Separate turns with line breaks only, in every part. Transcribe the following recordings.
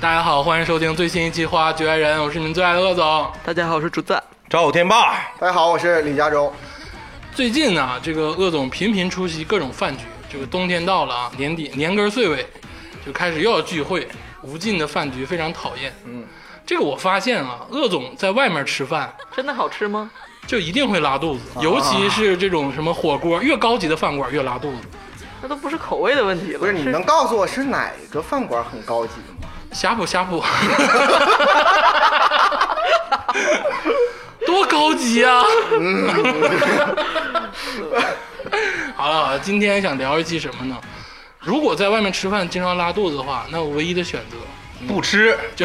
大家好，欢迎收听最新一期《花局爱人》，我是你们最爱的鄂总。
大家好，我是竹子。
赵天霸，
大家好，我是李佳洲。
最近呢、这个鄂总频频出席各种饭局，这个冬天到了啊，年底年根儿岁尾就开始又要聚会，无尽的饭局非常讨厌。嗯，这个我发现啊，鄂总在外面吃饭
真的好吃吗？
就一定会拉肚子，尤其是这种什么火锅，越高级的饭馆越拉肚子。
那都不是口味的问题了，
不是，你能告诉我是哪个饭馆很高级吗？
呷哺呷哺， 多高级啊！ 好了好了，今天想聊一期什么呢？如果在外面吃饭经常拉肚子的话，那我唯一的选择
不吃
就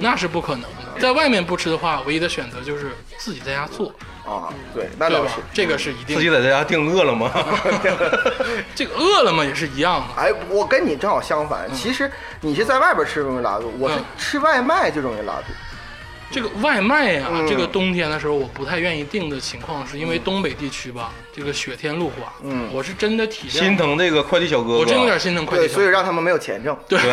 那是不可能的。在外面不吃的话，唯一的选择就是自己在家做，
啊，对，那
对
倒
吧
是。？
这个是一定
自己
的。
在家定饿了 么，
这个饿了么也是一样的。
哎，我跟你正好相反，其实你是在外边吃容易拉肚，我是
嗯
吃外卖就容易拉肚。
这个外卖呀、
嗯
这个冬天的时候我不太愿意订的情况，是因为东北地区吧，这个雪天路滑，
嗯
我是真的体谅
心疼这个快递小哥哥。
我真有点心疼快递
对，
小
所以
哥。
让他们没有 钱挣，
对，
是这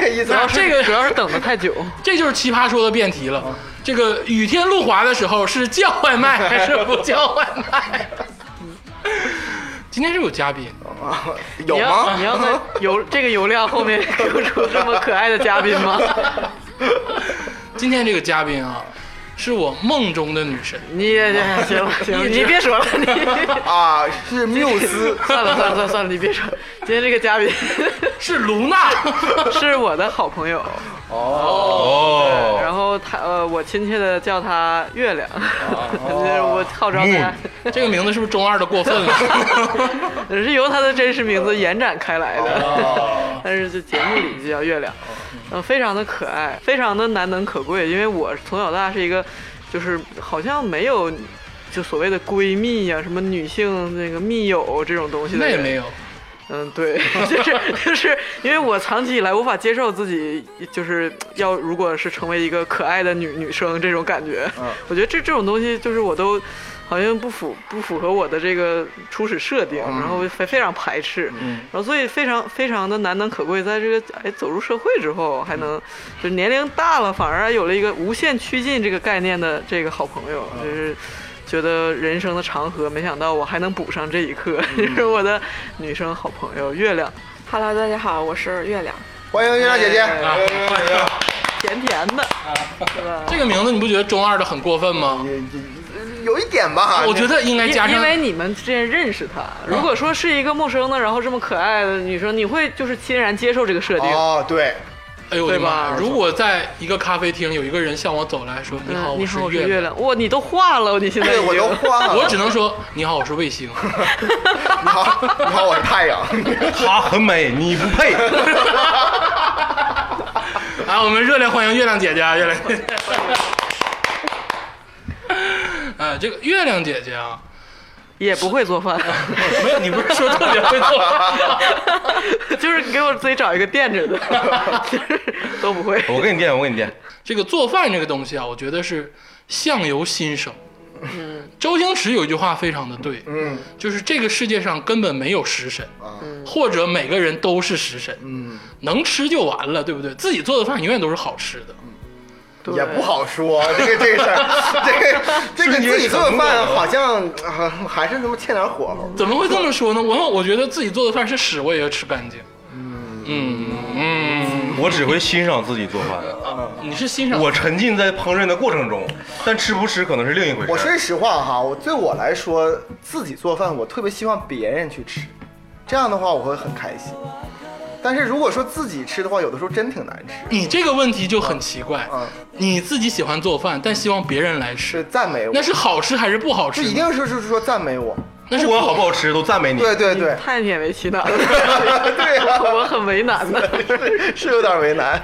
个意思
那
吗？
这个
主要是等的太久。
这就是奇葩说的辩题
嗯
了。这个雨天路滑的时候是叫外卖还是不叫外 卖？ 今天是有嘉宾，
啊有
你要
吗？
你要在 油这个油量后面 留出这么可爱的嘉宾吗？
今天这个嘉宾啊，是我梦中的女神。
你行了行了，
一直
你别说了， 你
啊，是缪斯
算了算了算了算了，你别说了。今天这个嘉宾
是卢娜，
是我的好朋友，然
哦，
后他呃，我亲切的叫他月亮，
哦
就是我号召大家，
这个名字是不是中二的过分了？
是由他的真实名字延展开来的， 但是这节目里就叫月亮，嗯，非常的可爱，非常的难能可贵，因为我从小到大是一个，就是好像没有。就所谓的闺蜜呀、什么女性那个密友这种东西的
那也
人，
没有，
嗯，对，就是就是因为我长期以来无法接受自己，就是要如果是成为一个可爱的女女生这种感觉，
嗯
我觉得这这种东西就是我都好像不符不符合我的这个初始设定，然后非非常排斥，然后所以非常非常的难能可贵，在这个哎走入社会之后，还能就是年龄大了，反而有了一个无限趋近这个概念的这个好朋友，就是。觉得人生的长河，没想到我还能补上这一课， 就是我的女生好朋友月亮，
Hello，大家好，我是月亮。
欢迎月亮姐姐。
啊欢迎
甜甜的，是吧？
这个名字你不觉得中二的很过 分吗？
也也呃有一点吧，
我觉得应该加
因
上
因为你们之前认识她，如果说是一个陌生的，然后这么可爱的女生，你会就是欣然接受这个设定。
哦，对，
哎呦我的
对
妈！
吧
如果在一个咖啡厅有一个人向我走来说：“你好，
嗯，你好，我是
月
月。亮。哇，你都化了，你现在
对
已
哎 我都
经
慌了。
我只能说：“你好，我是卫星。”
你好，你好，我是太阳。
她很美，你不配。
啊，我们热烈欢迎月亮 姐姐，啊，月亮姐姐。哎，这个月亮姐姐 啊，
也不会做饭，
没有，你不是说特别会做吗？
就是给我自己找一个垫着的，就是都不会。
我给你垫，我给你垫。
这个做饭这个东西啊，我觉得是相由心生。嗯，周星驰有一句话非常的对，
嗯
就是这个世界上根本没有食神，
啊，
或者每个人都是食神，
嗯，
能吃就完了，对不对？自己做的饭永远都是好吃的。
对
也不好说这个这个事儿，这个这个自己做的饭好像啊还是他妈欠点火候。
怎么会这么说呢？我我觉得自己做的饭是屎，我也要吃干净。嗯嗯
我只会欣赏自己做饭，
你是欣赏
我沉浸在烹饪的过程中，但吃不吃可能是另一回事。
我说句实话哈，我对我来说，自己做饭我特别希望别人去吃，这样的话我会很开心。但是如果说自己吃的话，有的时候真挺难吃。
你这个问题就很奇怪
嗯。
你自己喜欢做饭，但希望别人来吃，
是赞美我
那，是嗯好吃还是不好
这
吃呢？
一定是就是说赞美我。
那是
不管好不好吃都赞美你。
对对 对，
太勉为其难了，
对呀
我很为难的。
是是有点为难。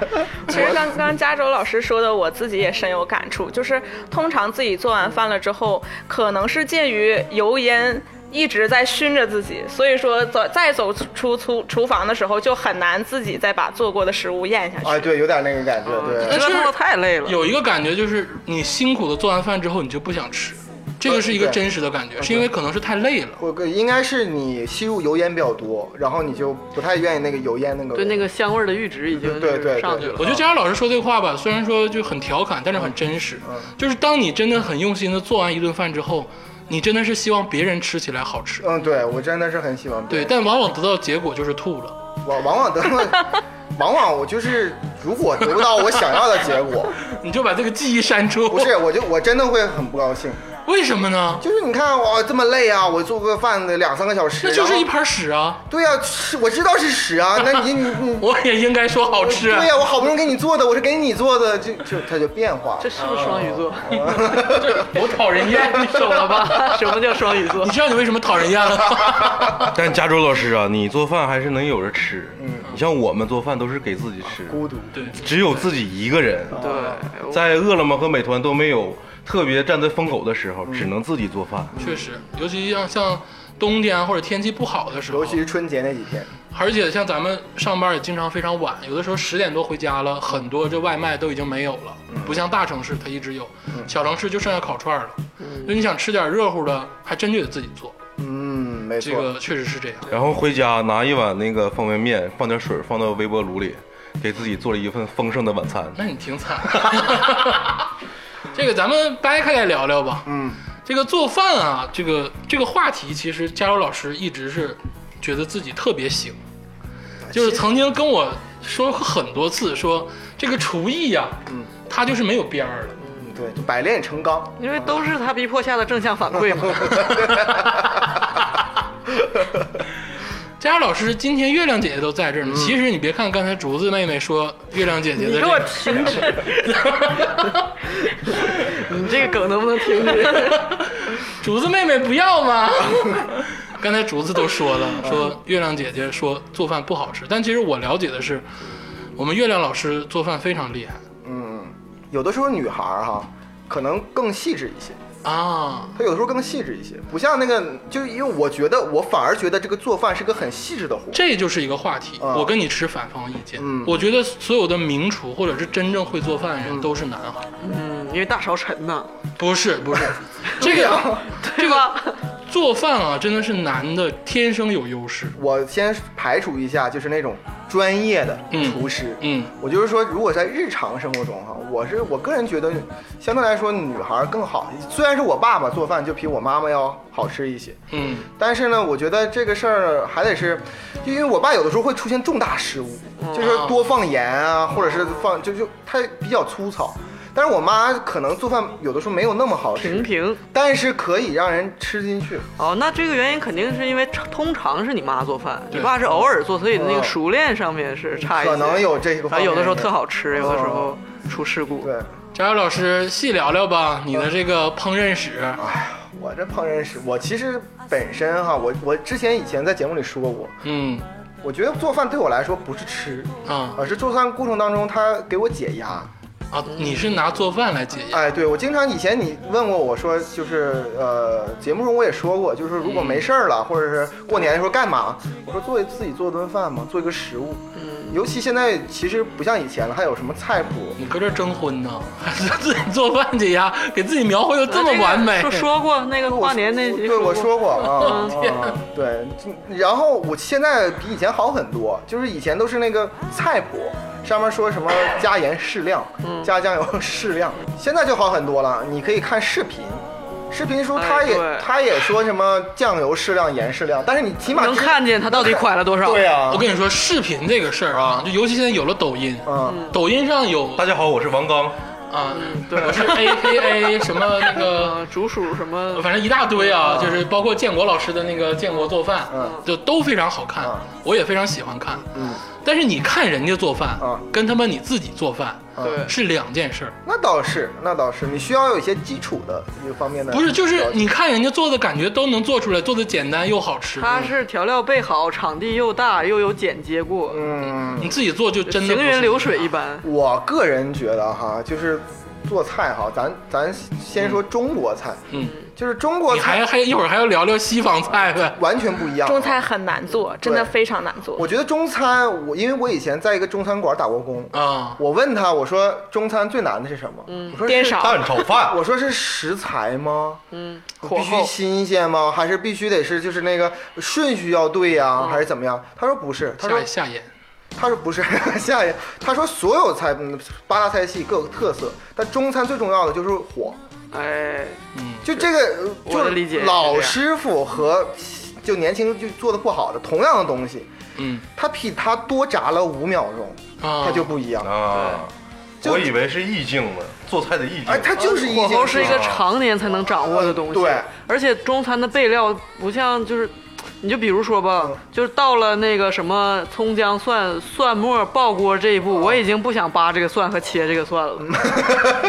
其实刚刚加州老师说的，我自己也深有感触。就是通常自己做完饭了之后，可能是介于油烟一直在熏着自己，所以说走再走出厨厨房的时候，就很难自己再把做过的食物咽下去。
啊，对，有点那个感
嗯
觉，对。
折腾的太累了，
有一个感觉就是，你辛苦的做完饭之后，你就不想吃。这个是一个
对
真实的感觉，是因为可能是太累了。
我应该是你吸入油烟比较多，然后你就不太愿意那个油烟那个味。
对那个香味儿的阈值已经
对对
就
对
是
对
上去了。
我觉得佳佳老师说这话吧，虽然说就很调侃，但是很真实。
嗯
就是当你真的很用心的做完一顿饭之后，你真的是希望别人吃起来好吃，
嗯，对我真的是很喜欢。
对，，但往往得到结果就是吐了。
我往往得 到，往往我就是如果得不到我想要的结 果，
你就把这个记忆删除，
嗯不是我就我真的会很不高兴。
为什么呢？
就是你看我这么累啊，我做个饭得两三个小时，
那就是
然后
一盘屎啊！
对呀、是我知道是屎啊，那你你你
我啊也应该说好吃。
对呀、我好不容易给你做的，我是给你做的，就就它就变化了
这。是不是双鱼 座？
我讨人厌，你
懂了 吧？什么叫双鱼座
你？知道你为什么讨人厌了？
但加州老师啊，你做饭还是能有人吃。你像我们做饭都是给自己吃，
嗯啊孤独， 啊
对，
只有自己一个人，
对，我
在饿了么和美团都没有特别站在风口的时候，只能自己做饭。
确实，尤其像像冬天啊或者天气不好的时候
尤，其是春节那几天，
而且像咱们上班也经常非常晚，有的时候十点多回家了，很多这外卖都已经没有了，
嗯
不像大城市它一直有，小城市就剩下烤串了。就你想吃点热乎的，还真就得自己做，
嗯，没
这
错，
个确实是这样。
然后回家拿一碗那个方便面，放点水，放到微波炉里，给自己做了一份丰盛的晚餐。
那你挺惨。 这个咱们掰开来聊聊吧。
嗯，
这个做饭啊，这个这个话题，其实加州老师一直是觉得自己特别行，
啊
就是曾经跟我说过很多次说，这个厨艺呀、嗯，他就是没有边儿的。
嗯对，就百炼成钢。
因为都是他逼迫下的正向反馈嘛。
佳佳老师，今天月亮姐姐都在这
嗯
儿呢。其实你别看刚才竹子妹妹说月亮姐姐的、这
你
个，
给我停止！
你这个梗能不能停止？
竹子妹妹不要吗？ 刚才竹子都说了，说月亮姐姐说做饭不好吃，但其实我了解的是，我们月亮老师做饭非常厉害
嗯，有的时候女孩儿哈，可能更细致一些，
啊。
她有的时候更细致一些，不像那个，就是因为我觉得我反而觉得这个做饭是个很细致的活。
这就是一个话题，
啊
我跟你持反方意见。
嗯
我觉得所有的名厨或者是真正会做饭的人都是男孩儿，
嗯，因为大勺沉呐，
不是不 是，这个
对吧？
做饭啊真的是男的天生有优势。
我先排除一下，就是那种专业的
嗯
厨师。
嗯，
我就是说，如果在日常生活中哈，我是我个人觉得，相对来说女孩儿更好。虽然是我爸爸做饭就比我妈妈要好吃一些，
嗯，
但是呢，我觉得这个事儿还得是，就因为我爸有的时候会出现重大失误，
嗯
就是说多放盐啊，或者是放就就他比较粗糙。但是我妈可能做饭有的时候没有那么好
平
吃，
平。
但是可以让人吃进去。
哦，那这个原因肯定是因为通常是你妈做饭，你
对
爸是偶尔做，所以那
嗯
个熟练上面是差一些。
可能有这个方面嗯
然后有的时候特好吃，有的时候出事故。
对，
佳瑶老师细聊聊吧，你的这个烹饪史。
我这烹饪史，我其实本身哈，我我之前以前在节目里说过，
嗯
我觉得做饭对我来说不是吃，
啊
而是做饭过程当中它给我解压。
啊，你是拿做饭来解压？
哎，对我经常以前你问过我说，就是呃，节目中我也说过，就是如果没事儿
嗯
了，或者是过年的时候干嘛？我说做自己做顿饭嘛，做一个食物。嗯，尤其现在其实不像以前了，还有什么菜谱？
你搁这征婚呢？ 还是自己做饭解压，给自己描绘的这么完美？
说说过那个跨年那集
对我
说
说过啊， 啊对，然后我现在比以前好很多，就是以前都是那个菜谱上面说什么加盐适量，
嗯
加酱油适量，现在就好很多了，你可以看视频。视频说他
哎
也、
对
他也说什么酱油适量盐适量，但是你起码
能
知
看见他到底蒯了多少。
对啊
我，跟你说，视频这个事儿啊，就尤其现在有了抖音，
嗯，
抖音上有
大家好，我是王刚。
啊，
对
我是 A K A 什么那个，
呃，竹鼠什么
反正一大堆啊，就是包括建国老师的那个建国做饭，
嗯
就都非常好看，我也非常喜欢看。
嗯，
但是你看人家做饭
嗯，
跟他妈你自己做饭
对
是两件事儿。
那倒是，那倒是，你需要有一些基础的一个方面的了解，
不是，就是你看人家做的感觉都能做出来，做的简单又好吃。
他是调料备好，场地又大，又有剪接过，
嗯，
你自己做就真的
行
不是
云流水一般。
我个人觉得哈，就是做菜哈，咱咱先说中国菜，
嗯，
就是中国
你还
菜
还一会儿还要聊聊西方菜呗？
完全不一样。
中，餐很难做，真的
对
非常难做。
我觉得中餐，我因为我以前在一个中餐馆打过工，
啊，
我问他，我说中餐最难的是什么？我说
颠
是
勺
蛋炒饭，
我说是食材吗？
嗯，火
必须
候
新鲜吗？还是必须得是就是那个顺序要对呀、
嗯
还是怎么样？他说不是，他说
下下眼
他说不是 下一个，他说所有菜嗯八大菜系各有特色，但中餐最重要的就是火，
哎，
就这个呃
我
就
的理解也是这
老
样
师傅和就年轻就做的不好的同样的东西，
嗯
他比他多炸了五秒钟，
啊，
他就不一样。
啊，
就
我以为是意境呢，做菜的意境
哎，。他就是一
啊火候
是
是一个常年才能掌握的东西。
啊嗯对，
而且中餐的备料不像就是，你就比如说吧，
嗯
就是到了那个什么葱姜蒜蒜末爆锅这一步，
嗯
我已经不想扒这个蒜和切这个 蒜了，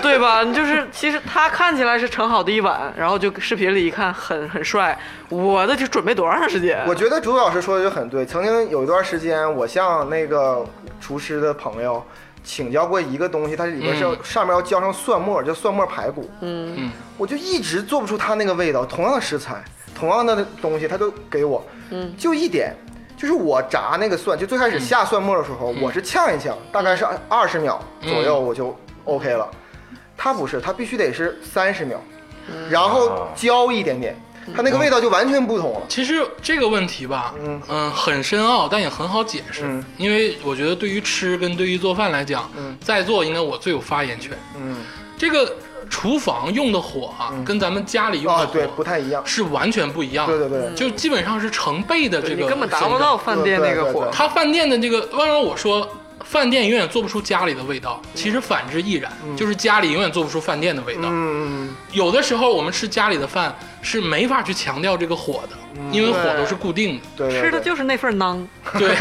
对吧？你就是其实它看起来是盛好的一碗，然后就视频里一看很很帅，我的就准备多长时间？
我觉得朱老师说的就很对。曾经有一段时间，我向那个厨师的朋友请教过一个东西，它里面是要、
嗯
上面要浇上蒜末，叫蒜末排骨。
嗯
嗯
我就一直做不出它那个味道。同样的食材，同样的东西，他都给我，
嗯，
就一点，就是我炸那个蒜，就最开始下蒜末的时候，我是呛一呛，大概是
嗯
二十秒左右，我就 OK 了。他不是，他必须得是三十秒，
嗯
然后焦一点点，它那个味道就完全不同了。
其实这个问题吧，
嗯
很深奥，但也很好解释，
嗯
因为我觉得对于吃跟对于做饭来讲，
嗯
在座应该我最有发言权。
嗯，
这个厨房用的火啊，跟咱们家里用
啊
的，火、
对，不太一样。
是完全不一样
对
的，
对对，
就基本上是成倍的这
对
个，
你根本达不到。饭店那个
对对
火
对对。
他饭店的这个，为什么我说饭店永远做不出家里的味道？其实反之亦然，就是家里永远做不出饭店的味道。
嗯，
有的时候我们吃家里的饭是没法去强调这个火的，因为火都是固定的。
对对
吃的就是那份囊，
对，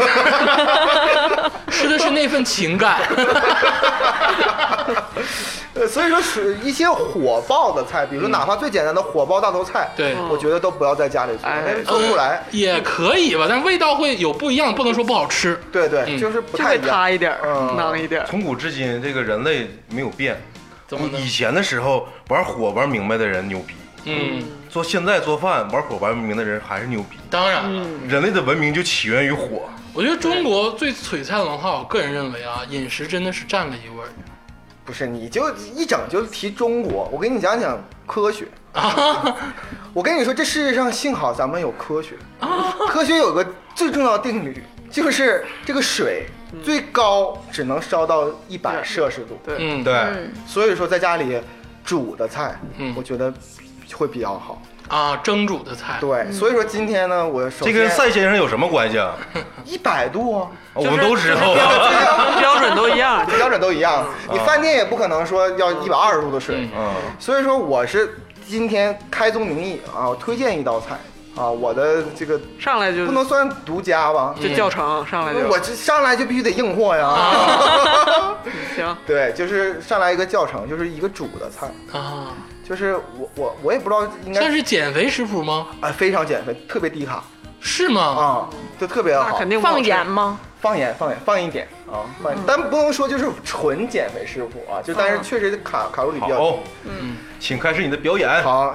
吃的是那份情感。
呃，所以说是一些火爆的菜，比如说哪怕最简单的火爆大头菜，
对
我觉得都不要在家里做，
哎
因为做不出来。
也可以吧，但味道会有不一样，不能说不好吃。
对对，
嗯
就是不
就
太
会
一样。
塌一点儿，
嗯
囊一 点儿。
从古至今，这个人类没有变。
怎么呢
以前的时候玩火玩明白的人牛逼，
嗯，
做现在做饭玩火玩明白的人还是牛逼。
当然了，
人类的文明就起源于火，
我觉得中国最璀璨的文化，我个人认为啊，饮食真的是占了一味儿。
不是，你就一整就提中国，我给你讲讲科学。我跟你说，这世界上幸好咱们有科学，科学有个最重要的定律，就是这个水最高只能烧到一百摄氏度。
对
嗯，
对，
嗯，
所以说在家里煮的菜，
嗯
我觉得会比较好。
啊，蒸煮的菜，
对，所以说今天呢，我首先
这跟赛先生有什么关系啊？
一百度啊，
我们都知道
就是
啊。
标 标准都一 样，
标准都一样，你饭店也不可能说要一百二十度的水
嗯，
嗯，
所以说我是今天开宗明义啊，我推荐一道菜啊，我的这个
上来就
不能算独家吧，
嗯
就教程上来就
我这上来就必须得硬货呀
啊。
行，
对，就是上来一个教程，就是一个煮的菜，
啊，
就是我我我也不知道应
算
该
是减肥食谱吗？
啊非常减肥，特别低卡
是吗？
啊，就特别
那
好
肯。定不好
放
吃
盐吗？
放盐放盐放一点啊，放一点，但不能说就是纯减肥食谱啊，就但是确实卡卡路里比较低。
好，请开始你的表演。
好，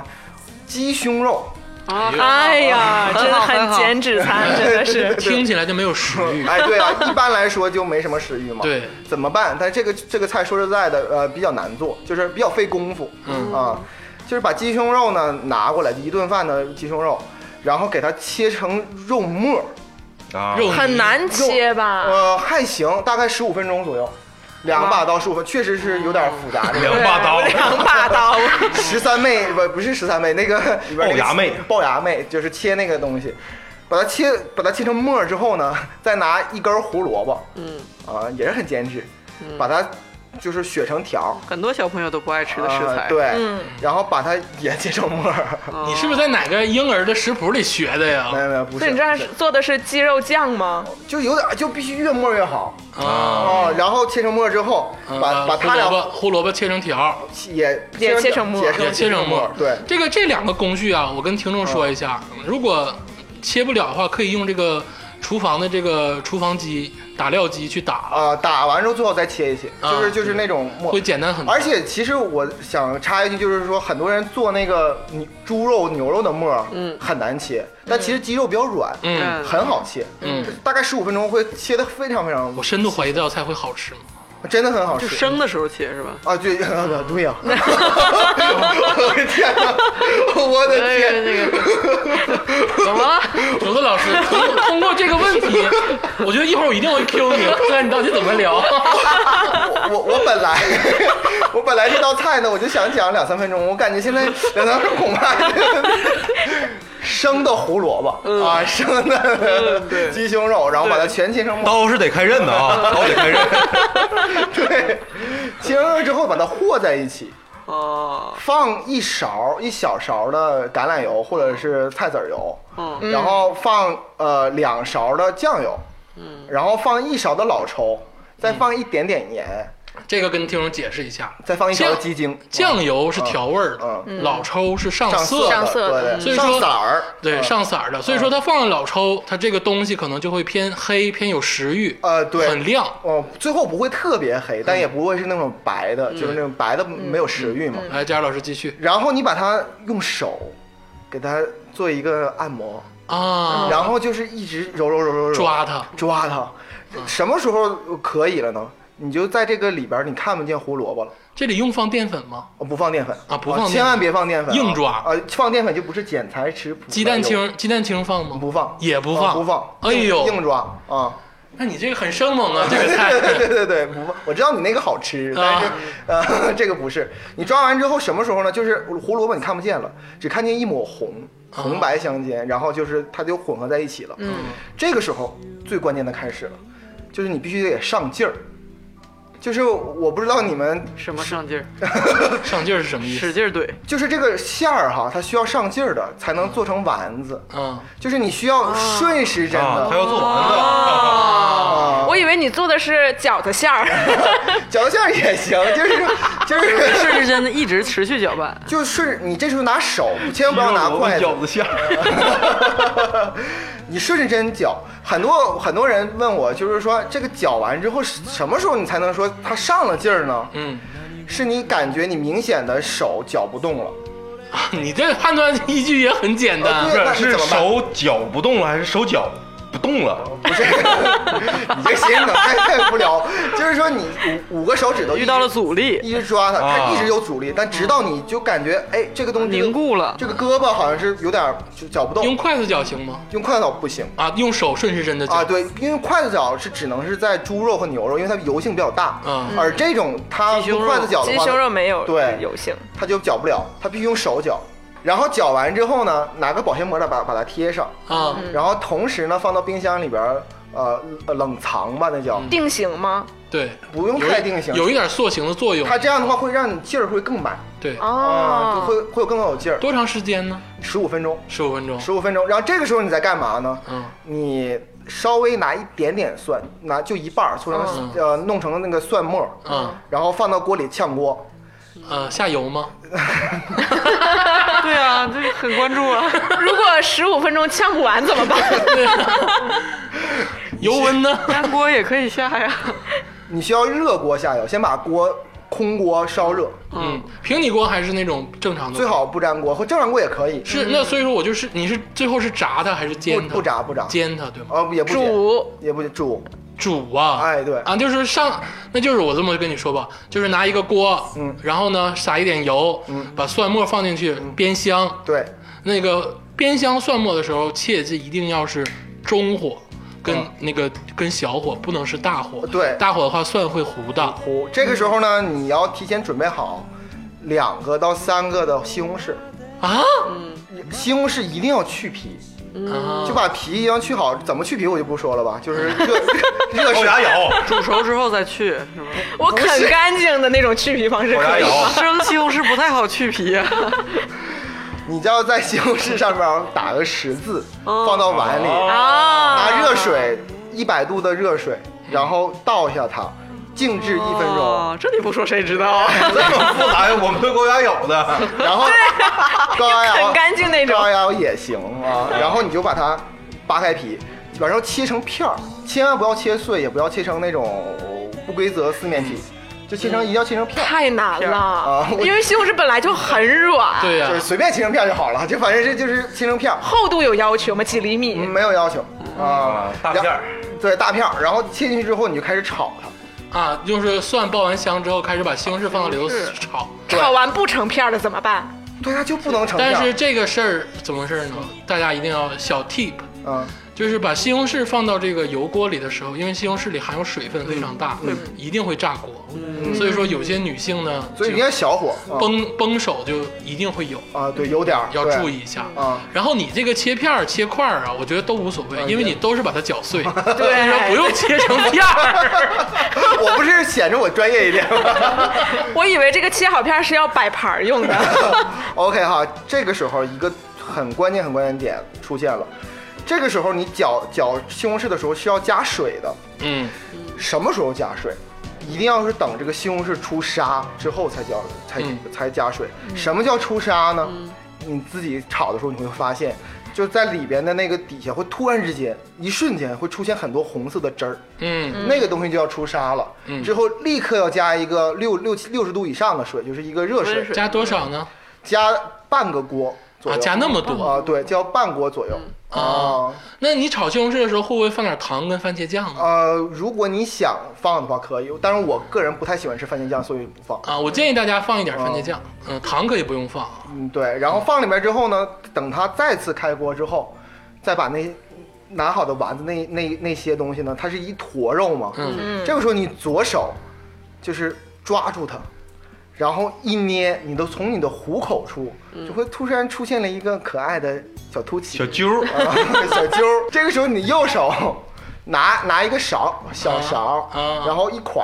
鸡胸肉，
啊
哎呦
哎呀，真
很
的
好很
很
好
减脂餐，真的是。
听起来就没有食欲。
哎，对 啊，一般来说就没什么食欲嘛。
嗯对，
怎么办？但这个这个菜说实在的，呃，比较难做，就是比较费功夫。
嗯
啊，就是把鸡胸肉呢拿过来，一顿饭的鸡胸肉，然后给它切成肉末儿，
啊，
肉泥
很难切吧？
呃，还行，大概十五分钟左右，两把刀十五分，确实是有点复杂。这
两
个
把刀，
两把 刀，
十三妹不不是十三妹，那个里边那个
龅牙妹
龅牙妹就是切那个东西。把它切，把它切成末儿之后呢，再拿一根胡萝卜，
嗯，
啊，也是很减脂，
嗯
把它就是削成条儿，
很多小朋友都不爱吃的食
啊
材。
对，
嗯哦
然后把它也切成末儿。
啊，
你是不是在哪个婴儿的食谱里学的
没
呀？
有没有，不
对，
是，
你这
不是
做的是鸡肉酱吗？
就有点就必须越末越好
啊，
哦。然后切成末儿之后，把
呃
把它
胡萝
俩
卜胡萝卜切成条儿，
也
也切成末儿
也切成
末
末
儿
儿。
对，
这个这两个工序啊，我跟听众说一嗯下，如果切不了的话，可以用这个厨房的这个厨房机打料机去打，
啊、打完之后最好再切一切，
啊
就是就是那种末
会简单很 多。
而且其实我想插一句，就是说很多人做那个牛猪肉、牛肉的沫儿，
嗯
很难切，但其实鸡肉比较软，
嗯
嗯
很好切，
嗯，
大概十五分钟会切的非常非常
我，深度怀疑这道菜会好吃吗？
真的很好
就
吃。
生的时候切是吧？
啊，对， 对 呀、我的天哪，我的
哎呀，
天，
那个怎么了？
九子老师，通过通过这个问题，我觉得一会儿我一定会 Q 你，看你到底怎么聊。
哎
我我我本来 我本来这道菜呢，我就想讲两三分钟，我感觉现在两三分钟恐怕生的胡萝卜啊，生的
嗯对
鸡胸肉，然后把它全切成末
刀是得开刃的啊，刀得开刃。
对， 切成了之后把它和在一起，
哦，
放一勺一小勺的橄榄油或者是菜籽儿油，
嗯
然后放呃两勺的酱油，
嗯
然后放一勺的老抽，再放一点点盐，
这个跟听众解释一下，
再放一勺
酱
鸡精，
酱油是调味儿的，
嗯
老抽是上
上
色
上
的，
色的
的，对
所
对，
以说
上色儿，
对，
嗯
上色儿的。所以说它放了老抽，它这个东西可能就会偏黑，偏有食欲，
呃对，
很亮。
哦，最后不会特别黑，但
嗯
也不会是那种白的，就是那种白的没有食欲嘛。
来，佳老师继续
然后你把它用手给它做一个按摩，
啊，
然后就是一直揉揉揉揉揉，
抓它。
抓它，
嗯
什么时候可以了呢？你就在这个里边儿，你看不见胡萝卜了。哦
这里用放淀粉吗？
我不放淀粉
啊不放淀粉
千万别放淀粉啊，
硬抓
呃，放淀粉就不是剪裁食谱。
鸡蛋清，鸡蛋清放吗？
不放，
也不
啊
放
不放。
哎呦
硬硬抓啊！
那你这个很生猛 啊，这个
对对
菜。
对对对，不放。我知道你那个好吃，但是
啊
呃， 这个不是。你抓完之后什么时候呢？就是胡萝卜你看不见了，只看见一抹红，红白相间，然后就是它就混合在一起了。嗯，这个时候最关键的开始了，就是你必须得上劲儿。就是我不知道你们
什么上 劲儿？
上劲儿是什么意思？
使劲儿怼。
就是这个馅儿哈，它需要上劲儿的才能做成丸子，
嗯，
就是你需要顺时针
啊，他要
的。
做丸子，
啊，
我以为你做的是饺子馅 儿，
饺子馅儿也行，就是 就是
顺时针的一直持续搅拌，
就是你这时候拿手，千万不要拿筷子
鸡肉，和饺子馅儿，
你顺时针搅。很多很多人问我，就是说这个搅完之后，什么时候你才能说它上了劲儿呢？
嗯，
是你感觉你明显的手搅不动了，
你这判断依据也很简单
哦。对那你
是
怎么办
手脚不动了还是手脚不动了？
不是？你这谐音梗太太无聊，就是说你五五个手指头一直
遇到了阻力， 嗯
一直抓它，它
啊
一直有阻力，但直到你就感觉哎，这个东西
凝固了
这个胳膊好像是有点儿就搅不动，
用筷子搅行吗？
用筷子搅不行
啊，用手顺时针的搅。
啊，对，因为筷子搅是只能是在猪肉和牛肉，因为它油性比较大，
嗯
而这种它
鸡胸
用
肉
筷子搅的
鸡
话，
啊胸肉没有
对
油性，
它就搅不了，它必须用手搅，然后搅完之后呢，拿个保鲜膜的把把它贴上，
啊，
然后同时呢放到冰箱里边儿，呃呃冷藏吧，那叫
定型吗？
对，
不用
嗯有一
太定型，
有一点塑形的作用。
它这样的话会让你劲儿会更满
对，
啊，就
哦，
会会有更有劲儿，
多长时间呢？
十五分钟。
十五分钟。
十五分钟，然后这个时候你在干嘛呢？
嗯，
你稍微拿一点点蒜，拿就一半儿搓成、
嗯
呃弄成那个蒜末儿，
嗯
然后放到锅里炝锅，
呃，下油吗？
对啊，这很关注啊。
如果十五分钟呛不完怎么 办？
油温呢？
干锅也可以下呀。
你需要热锅下油，先把锅空锅烧热，
嗯，平底锅还是那种正常的？
最好不粘锅，或正常锅也可以，
是那，所以说我就是你是最后是炸它还是煎它？
不不炸不炸，
煎它对吗？
呃也不煎
煮
也不煮，
煮啊，
哎对
啊，就是上，那就是我这么跟你说吧，就是拿一个锅，
嗯
然后呢撒一点油，
嗯
把蒜末放进去煸香，
对，
那个煸香蒜末的时候，切记一定要是中火。跟
嗯
那个跟小火不能是大火，
对
大火的话蒜会糊的。
糊。这个时候呢，你要提前准备好两个到三个的西红柿，
啊，
西红柿一定要去皮。
啊
嗯就把皮一定要去好，怎么去皮我就不说了吧，就是热热
高
水
牙咬，
煮熟之后再去，是吧？
我啃干净的那种去皮方式
高牙
可以
咬。
生西红柿不太好去皮啊。
你就要在西红柿上面打个十字，
哦
放到碗里，
哦
啊
拿热水一百度的热水，然后倒下它，静置一分钟，
哦，这你不说谁知道 啊？
这么复杂呀？我们都高牙咬的，
然后高压
啃
窑
干净那种
高压窑也行啊，然后你就把它扒开皮，然后切成片儿，千万不要切碎，也不要切成那种不规则四面体，就切成一定要切成片儿，
太难
片儿
了
啊，我
因为西红柿本来就很软，
对呀
就是随便切成片儿就好了，就反正这就是切成片儿，
厚度有要求吗？几厘米？
没有要求啊
啊，大片儿
然，对大片儿，然后切进去之后你就开始炒它。
啊，就是蒜爆完香之后，开始把西红柿放到里头炒。
炒完不成片儿了怎么办？
对，它就不能成片
但
儿。
是这个事儿怎么回事儿呢？大家一定要小 tip，
嗯，
就是把西红柿放到这个油锅里的时候，因为西红柿里含有水分非常大，一定会炸锅。所以说有些女性呢，
所以
就
应该小火。啊
崩崩手就一定会有，
啊，对，有点儿
要注
意
意一下。
啊。
然后你这个切片儿、切块儿啊，我觉得都无所谓，因为你都是把它搅碎，
对
不用切成片儿。
我不是显着我专业一点吗
我以为这个切好片儿是要摆盘儿用
嗯
的。
？OK 哈，这个时候一个很关键、很关键点出现了。这个时候你搅搅西红柿的时候需要加水的，
嗯，
什么时候加水？一定要是等这个西红柿出沙之后才浇，才、
嗯
才加水。什么叫出沙呢？你自己炒的时候你会发现，就在里边的那个底下会突然之间，一瞬间会出现很多红色的汁儿，
嗯
那个东西就要出沙了。
嗯
之后立刻要加一个六六七六十度以上的水，就是一个热水，
温水
加多少呢？
加半个锅左
啊，
右。
加那么多。
啊，对，加半锅左右。
啊那你炒西红柿的时候会不会放点糖跟番茄酱啊？
呃，如果你想放的话可以，但是我个人不太喜欢吃番茄酱，所以不放。
啊，我建议大家放一点番茄酱，
啊
嗯，糖可以不用放啊。
嗯，对，然后放里面之后呢，等它再次开锅之后，再把那拿好的丸子那那那些东西呢，它是一坨肉嘛，
嗯，
这个时候你左手就是抓住它，然后一捏，你都从你的虎口处
嗯
就会突然出现了一个可爱的小凸起，
小揪儿，
啊小揪儿。这个时候你右手拿拿一个勺小勺，
啊
然后一蒯，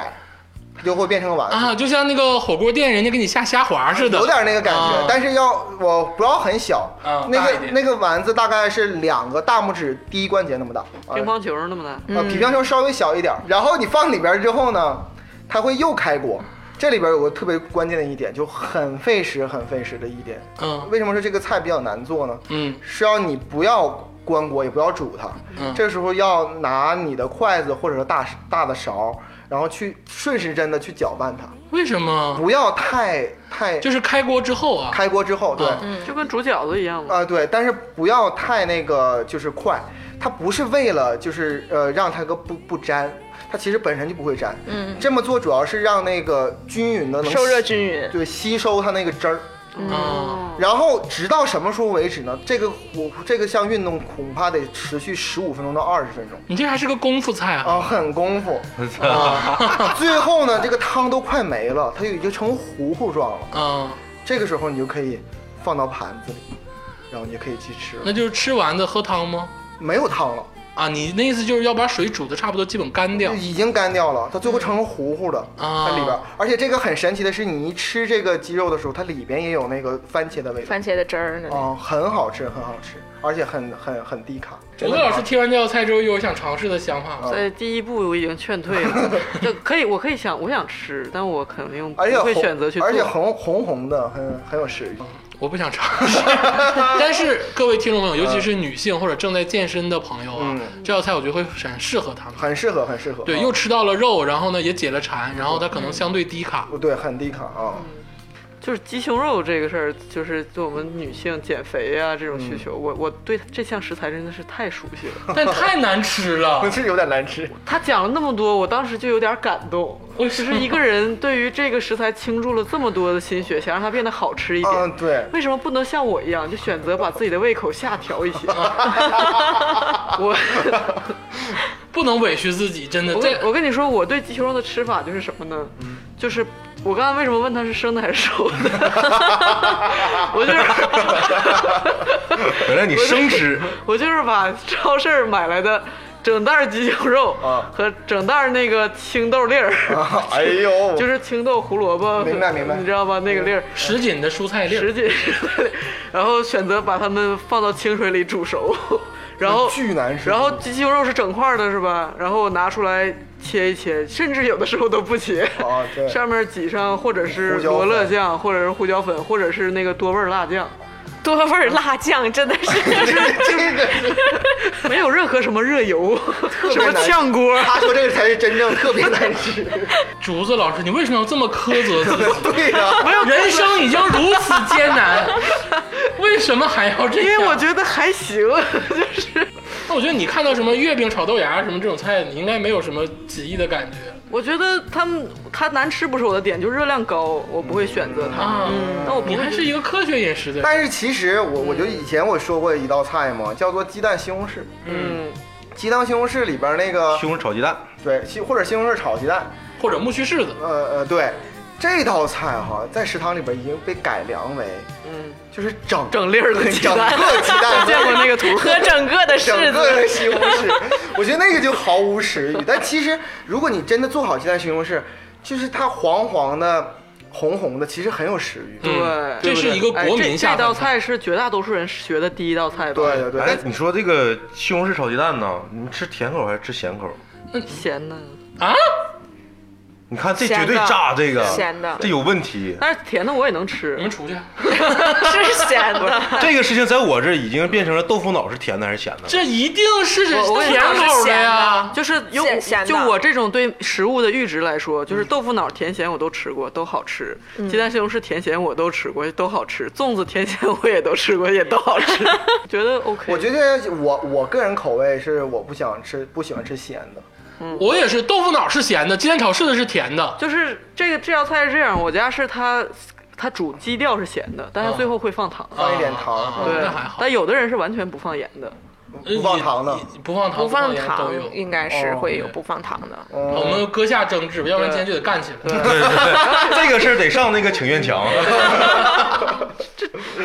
它就会变成丸子。
啊，就像那个火锅店人家给你下虾滑似的，
有点那个感觉
啊，
但是要我不要很小
啊，
那
大一
个
点
那个丸子大概是两个大拇指第一关节那么大，啊
乒乓球那么大，
啊，比乒乓球稍微小一点儿。然后你放里边儿之后呢，它会又开锅。这里边儿有个特别关键的一点，就很费时、很费时的一点。
嗯
为什么说这个菜比较难做呢？
嗯
是要你不要关锅，也不要煮它。
嗯
这时候要拿你的筷子或者说大大的勺，然后去顺时针的去搅拌它，
为什么？
不要太太
就是开锅之后啊，
开锅之后，对，
啊
就跟煮饺子一样嘛。
啊，对，但是不要太那个，就是快，它不是为了就是呃让它个不不粘，它其实本身就不会粘。
嗯，
这么做主要是让那个均匀的能
受热
吸
均匀。
对吸收它那个汁儿，
啊，
哦，
然后直到什么时候为止呢？这个我这个项运动恐怕得持续十五分钟到二十分钟
你这还是个功夫菜啊，
啊，很功 夫。啊最后呢，这个汤都快没了，它就已经成糊糊状了。
嗯，
这个时候你就可以放到盘子里，然后你就可以去吃了
那，就是吃丸子喝汤吗？
没有汤了。
啊，你那意思就是要把水煮的差不多基本干掉
就，已经干掉了，它最后成糊糊的，
啊
它里边儿。而且这个很神奇的是，你一吃这个鸡肉的时候，它里边也有那个番茄的味道，
番茄的汁儿呢？
哦，很好吃，很好吃，而且很很很低卡。
吴
真的
哥老师听完这道菜之后，有想尝试的想
哦
法吗？
在呃第一步我已经劝退 了，就可以，我可以想，我想吃，但我肯定不
而且
会
红
选择去做。
而且红红红的，很很有食欲。
我不想尝 试。但是各位听众朋友，尤其是女性或者正在健身的朋友啊，这道菜我觉得会很适合他们。
很适合，很适合。
对，
啊
又吃到了肉，然后呢也解了馋，然后它可能相对低卡。
不对，很低卡啊。
就是鸡胸肉这个事儿，就是对我们女性减肥啊这种需求，我我对这项食材真的是太熟悉了。
但太难吃了
可，是有点难吃，
他讲了那么多，我当时就有点感动，
为
就
什么
是一个人对于这个食材倾注了这么多的心血，想让它变得好吃一点。
嗯， 对，
为什么不能像我一样，就选择把自己的胃口下调 一些？我
不能委屈自己，真的。
我
这
跟我跟你说，我对鸡胸肉的吃法就是什么呢？就是我刚才为什么问它是生的还是 熟的？我就是
原来你生吃，
我就是把超市儿买来的整袋儿鸡胸肉
啊
和整袋儿那个青豆粒儿，
啊哎呦，
就是青豆、胡萝卜，
明白明白嗯
你知道吧？那个粒儿
什锦的蔬菜粒儿
十几， 然后选择把它们放到清水里煮熟， 然后
巨难吃
然后鸡胸肉是整块儿的，是吧？然后我拿出来切一切，甚至有的时候都不切。
啊， 对，
上面挤上或者是
胡椒粉
罗勒酱，或者是胡椒粉，或者是那个多味儿辣酱，
多味儿辣酱真的是
这个 是
没有任何什么热油，什
别
么
难吃
炝锅，
他说这个才是真正特别难吃。
竹子老师，你为什么要这么苛责 自己？
对呀、
人生已经如此艰 难，为什么还要这
因
样？
为我觉得还行，就是
那我觉得你看到什么月饼炒豆芽什么这种菜，你应该没有什么歧义的感觉
我觉得他们它难吃不是我的点，就是热量高，我不会选择它。
啊。
那我不
你还
会
是一个科学饮食的人，
但是其实我我觉得以前我说过一道菜嘛，叫做鸡蛋西红柿。
嗯，
鸡蛋西红柿里边那个
西红柿炒鸡蛋，
对西或者西红柿炒鸡蛋，
或者木须柿子，
呃呃对，这道菜哈在食堂里边已经被改良为，
嗯，
就是整
整粒儿的鸡
整
蛋
个鸡蛋
见过那个图，
和整个的
整
柿
个
子。
的西红柿， 我觉得那个就毫无食欲。但其实，如果你真的做好鸡蛋西红柿，就是它黄黄的、红红的，其实很有食欲。
嗯
对，
这是一个国民下
哎这。这
饭
道
菜。
菜是绝大多数人学的第一道菜吧？
对对对，
哎
但，
你说这个西红柿炒鸡蛋呢？你们吃甜口还是吃咸口？
咸的，
啊，
你看这
咸
绝
的
对炸，这个
咸的
这有问题。
但是甜的我也能
你
吃
们。出去，
是咸的，
这个事情在我这已经变成了豆腐脑是 甜的还是咸的？
这一定是
我我也
甜口呀。
就是用
咸咸的
就我这种对食物的阈值来说，就是豆腐脑甜咸我都吃过，都好吃；
嗯
鸡蛋西红柿甜咸我都吃过，都好吃；粽子甜咸我也都吃过，也都好 吃。觉得 OK，
我觉得我我个人口味是我不想吃，不喜欢吃咸的。
嗯我也是，豆腐脑是咸的，鸡蛋炒柿子是甜的。
就是这个这道菜是这样，我家是它它主基调是咸的，但它最后会放糖。
放一点糖
啊
嗯
哦
对，
那还好。
但有的人是完全不放盐的。
不放糖的，
呃也，不放糖，
不放
盐
糖
都有。
应该是
哦
会有不放糖的。
嗯
我们搁下争执，要不然今天就得干起来。
对对对， 这个事儿得上那个请愿墙。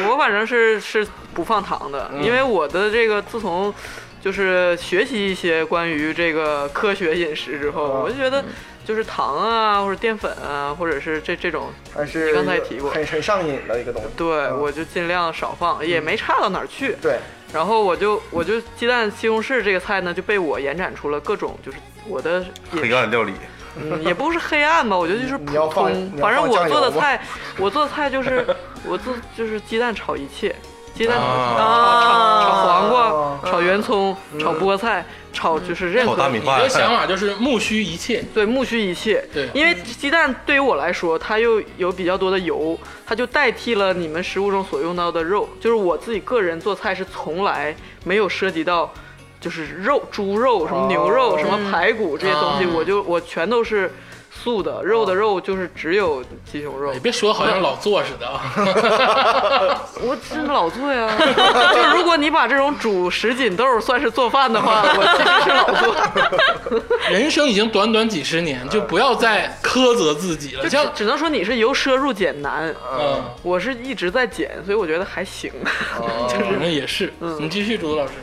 我反正是是不放糖的，
嗯
因为我的这个自从就是学习一些关于这个科学饮食之后，
嗯
我就觉得就是糖啊，或者淀粉啊，或者是这这种，
还是
你刚才提过
很很上瘾的一个东西。
对、
嗯
我就尽量少放，也没差到哪儿去。
对，
然后我就我就鸡蛋西红柿这个菜呢，就被我延展出了各种就是我的饮
黑暗料 理，
嗯也不是黑暗吧，我觉得就是普
你要
通
放你。要
反正
放
我
酱
做的
油吗
菜，我做的菜就是我做就是鸡蛋炒一切，鸡蛋
啊
炒炒炒黄
哦
瓜、炒圆葱、炒
嗯
菠菜、炒就是任
炒大
何
米
你的
饭，
想法就是木须一切，
对木须一切。
对
因为鸡蛋对于我来说，它又有比较多的油，它就代替了你们食物中所用到的肉。就是我自己个人做菜是从来没有涉及到。就是肉，猪肉、什么牛肉、
哦
什么排骨这些东西，
嗯
我就我全都是素的，肉的肉就是只有鸡胸肉
你。别说好像老做似的啊。
我真老做呀， 就如果你把这种煮什锦豆算是做饭的话，我其实是老做，
人生已经短短几十年，就不要再苛责自己了。
就
像
只只能说你是由奢入俭难。
嗯，
我是一直在减，所以我觉得还行，
我们也是。你继续，竹子老师。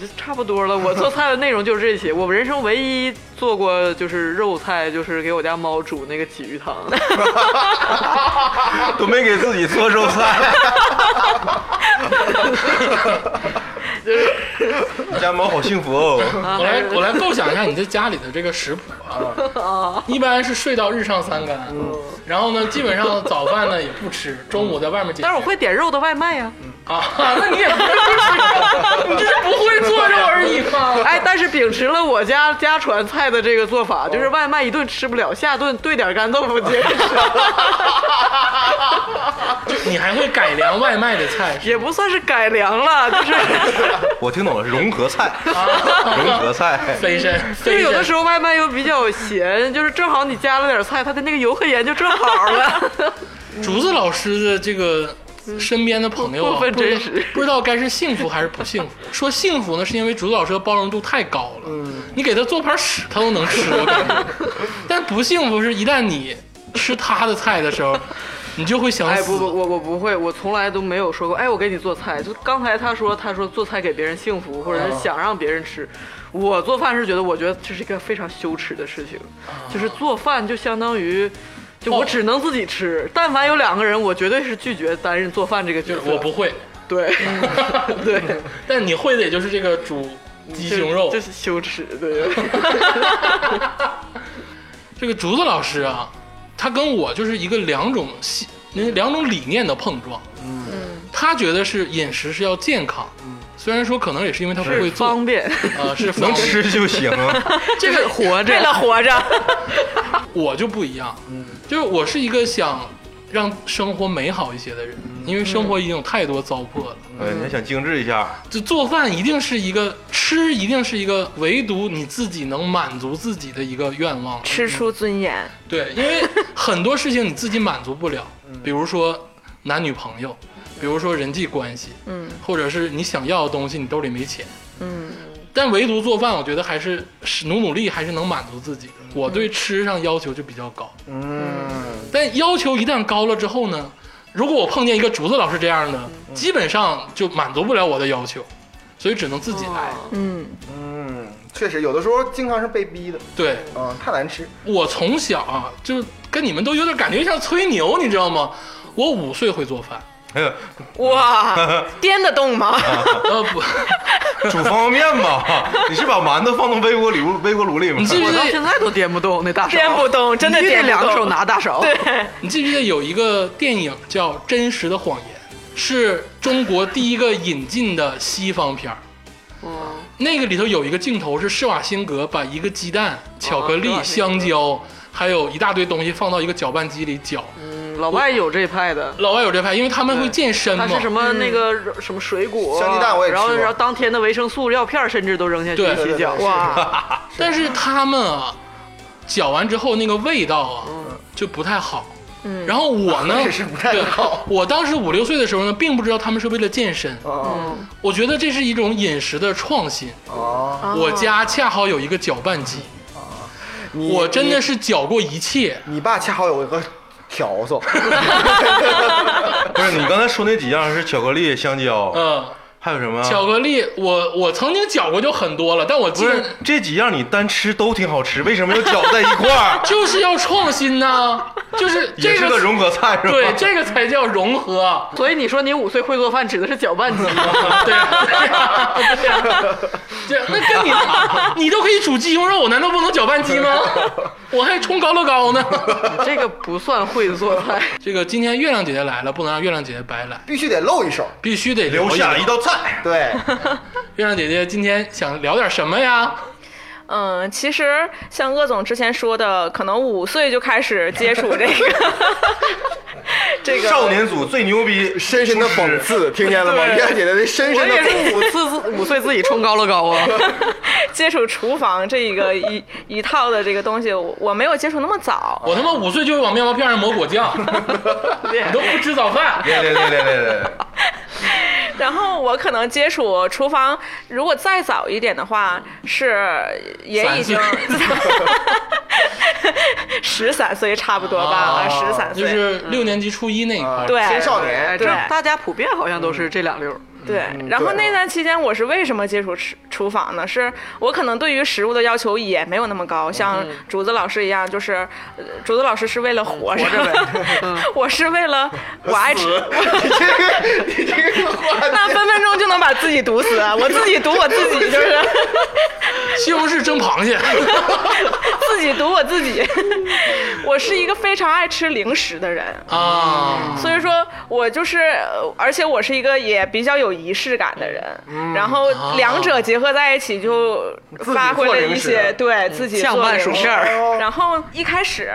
就差不多了。我做菜的内容就是这些，我人生唯一做过就是肉菜，就是给我家猫煮那个鲫鱼汤。
都没给自己做肉菜。 你家猫好幸福哦，
我来，我来构想一下你在家里的这个食谱啊。
哦
一般是睡到日上三竿，
嗯
然后呢，基本上早饭呢也不吃，中午在外面解决。
但是我会点肉的外卖呀、
啊，那你也不是不吃，你这是不会做肉而已 嘛。
哎，但是秉持了我家家传菜的这个做法，就是外卖一顿吃不了，下顿兑点干豆腐接着吃，
你还会改良外卖的菜是
也不算是改良 了，就是
我听懂了，是融合 菜，
吧？
融合菜。
飞身，
就
飞
是
身。
有的时候外卖又比较咸，就是正好你加了点菜，它的那个油和盐就正好了。
竹子老师的这个身边的朋友啊，
嗯过分真
不
实
知道不知道该是幸福还是不幸福。说幸福呢，是因为竹子老师的包容度太高了，
嗯
你给他做盘屎他都能吃，我感觉。但不幸福是一旦你吃他的菜的时候，你就会想
哎，
死
不不，。我我不会，我从来都没有说过，哎，我给你做菜。就刚才他说，他说做菜给别人幸福，或者是想让别人吃。我做饭是觉得，我觉得这是一个非常羞耻的事情，就是做饭就相当于。就我
哦
只能自己吃，但凡有两个人，我绝对是拒绝担任做饭这个
就
角
是
色。
我不会，
对，对，
但你会的也就是这个煮鸡胸肉
就，是羞耻，对。
这个竹子老师啊，他跟我就是一个两种系，那两种理念的碰撞。嗯，他觉得是饮食是要健康，虽然说可能也是因为他不会做，
方便，
呃，是
能
方便
吃就行。
这个活
为了
着，
活着，
我就不一样，就是我是一个想让生活美好一些的人，因为生活已经有太多糟粕了。
呃，你还想精致一下，
就做饭一定是一个吃，一定是一个唯独你自己能满足自己的一个愿望。
吃出尊严。
对，因为很多事情你自己满足 不了，
嗯
比如说男女朋友，比如说人际关系，
嗯
或者是你想要的东西你兜里没钱。
嗯，
但唯独做饭，我觉得还是是努努力还是能满足自己的。我
嗯
对吃上要求就比较高，
嗯，
但要求一旦高了之后呢，如果我碰见一个竹子老师这样的，
嗯
基本上就满足不了我的要求，所以只能自己来。
嗯，
嗯，确实，有的时候经常是被逼的，
对
啊，太难吃，
我从小啊，就跟你们都有点感觉像吹牛，你知道吗？我五岁会做饭，
哎呦
哇，颠得动吗？
呃不，
煮方便面吧？ 你是把馒头放到微波炉微波炉里吗
你？记不
我
记
到
得
现在都颠不动那大勺，
颠不动，真的
必须得
颠不
两
动
手。拿大勺。
对，
你记不记得有一个电影叫《真实的谎言》，是中国第一个引进的西方片儿。
嗯，
那个里头有一个镜头是施瓦辛格把一个鸡蛋、巧克力
哦施、瓦辛格
香蕉，还有一大堆东西放到一个搅拌机里搅。
嗯老外有这派的。
老外有这派，因为他们会健身嘛
它。是什么那个肉什么水果，
香鸡蛋我也吃
然后
过
然后当天的维生素药片儿甚至都扔下去
对
一起搅。
对
哇，
但是他们啊，搅完之后那个味道啊，
嗯
就不太好。
嗯
然后我呢，
确实不太好
对我当时五六岁的时候呢，并不知道他们是为了健
哦
身，
嗯
啊
我觉得这是一种饮食的创新。
啊，
啊
我家恰好有一个搅拌机，
你
我真的是搅过一切。
你，你爸恰好有一个笤帚，
不是，你刚才说那几样是巧克力、香蕉，
嗯，
还有什么？
巧克力，我我曾经搅过就很多了，但我
不
记
是
得？
这几样你单吃都挺好吃，为什么要搅在一块儿
就是要创新呐、 就是
也
这
是个融合菜是吧？
对，这个才叫融 合。
所以你说你五岁会做饭，指的是搅拌 机。
对啊，对啊，对啊，那跟 你你都可以煮鸡胸肉，我难道不能搅拌机吗？我还冲高乐高呢。
你这个不算会做饭，
这个今天月亮姐姐来了，不能让月亮姐姐白来，
必须得露一手，
必须得
留
聊
下
一
一
道。
道菜。
对，
月亮姐姐今天想聊点什么呀？
嗯，其实像鄂总之前说的，可能五岁就开始接触这个这个
少年组最牛逼，
深深的讽刺，听见了吗？
对
亮姐姐的深
我
深的
也
讽
是五次自五岁自己冲高乐高啊。
接触厨房这一个一一套的这个东西，我我没有接触那么早。
我他妈五岁就会往面包片上抹果酱，你都不吃早饭。
来来来来来来，
然后我可能接触厨房，如果再早一点的话，是也已 经
三
十三岁差不多吧，啊十三岁。
就是六年级初一那一块
啊
儿。
对
青少年
哎，这
对
大家普遍好像都是这两溜儿。
对，然后
嗯对啊
那段期间我是为什么接触吃厨房呢？是我可能对于食物的要求也没有那么高，
嗯
像竹子老师一样，就是呃竹子老师是为了活着，
嗯
我是为了我爱吃，
你这个你这个话
那分分钟就能把自己毒死，啊我自己毒我自己，就是
西红柿蒸螃蟹，
自己毒我自己。 我是一个非常爱吃零食的人，
啊，
所以
哦
说我就是，呃而且我是一个也比较有仪式感的人，
嗯
然后
哦
两者结合在一起就
己
发挥
做
了
零
一
食
些对自己
酱
做
拌
零
薯
食
片儿，
哦
然后一开始。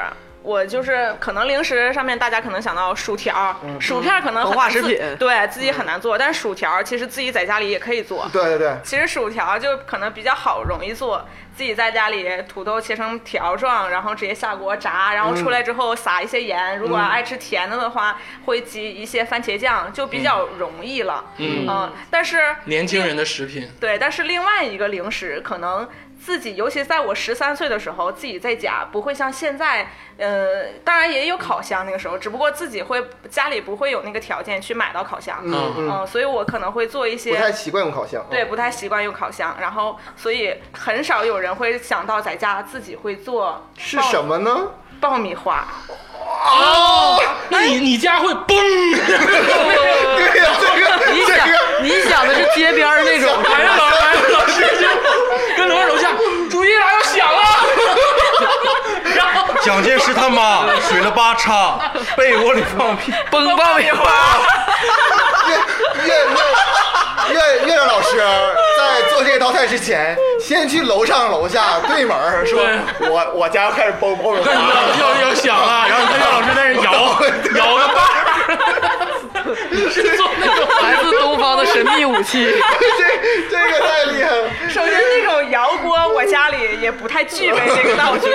我就是可能零食上面大家可能想到薯条，薯片可能很
膨嗯化
难
食
自
品
对自己很难做，但是薯条其实自己在家里也可以做。
对对对，
其实薯条就可能比较好，容易做，自己在家里土豆切成条状，然后直接下锅炸，然后出来之后撒一些盐。
嗯
如果爱吃甜的的话，会挤一些番茄酱，就比较容易了。
嗯
但是
年轻人的食品，
对，但是另外一个零食可能。自己，尤其在我十三岁的时候，自己在家不会像现在，呃，当然也有烤箱那个时候，只不过自己会家里不会有那个条件去买到烤箱，嗯
嗯
所以我可能会做一些
不太习惯用烤箱，
对，不太习惯用烤箱，然后所以很少有人会想到在家自己会做
是什么呢？
爆米花。
哦，那你你家会崩？
对哎呀，这个
你
这个
想，你想的是街边儿那种，
哎呀老哎呀老师就跟楼上楼下注意啦，要响了。然后
蒋介石他妈水了八叉，被窝里放屁，
崩爆米花，
月月月月亮老师在做这道菜之前，先去楼上楼下对门儿说
对：“
我我家开始爆爆米花
干什么
了。
要要响了，然后他岳老师在那摇摇个把儿，是做那种
来自东方的神秘武器，
这这个太厉害了，
首先，那种摇锅我家里也不太具备这个 道具。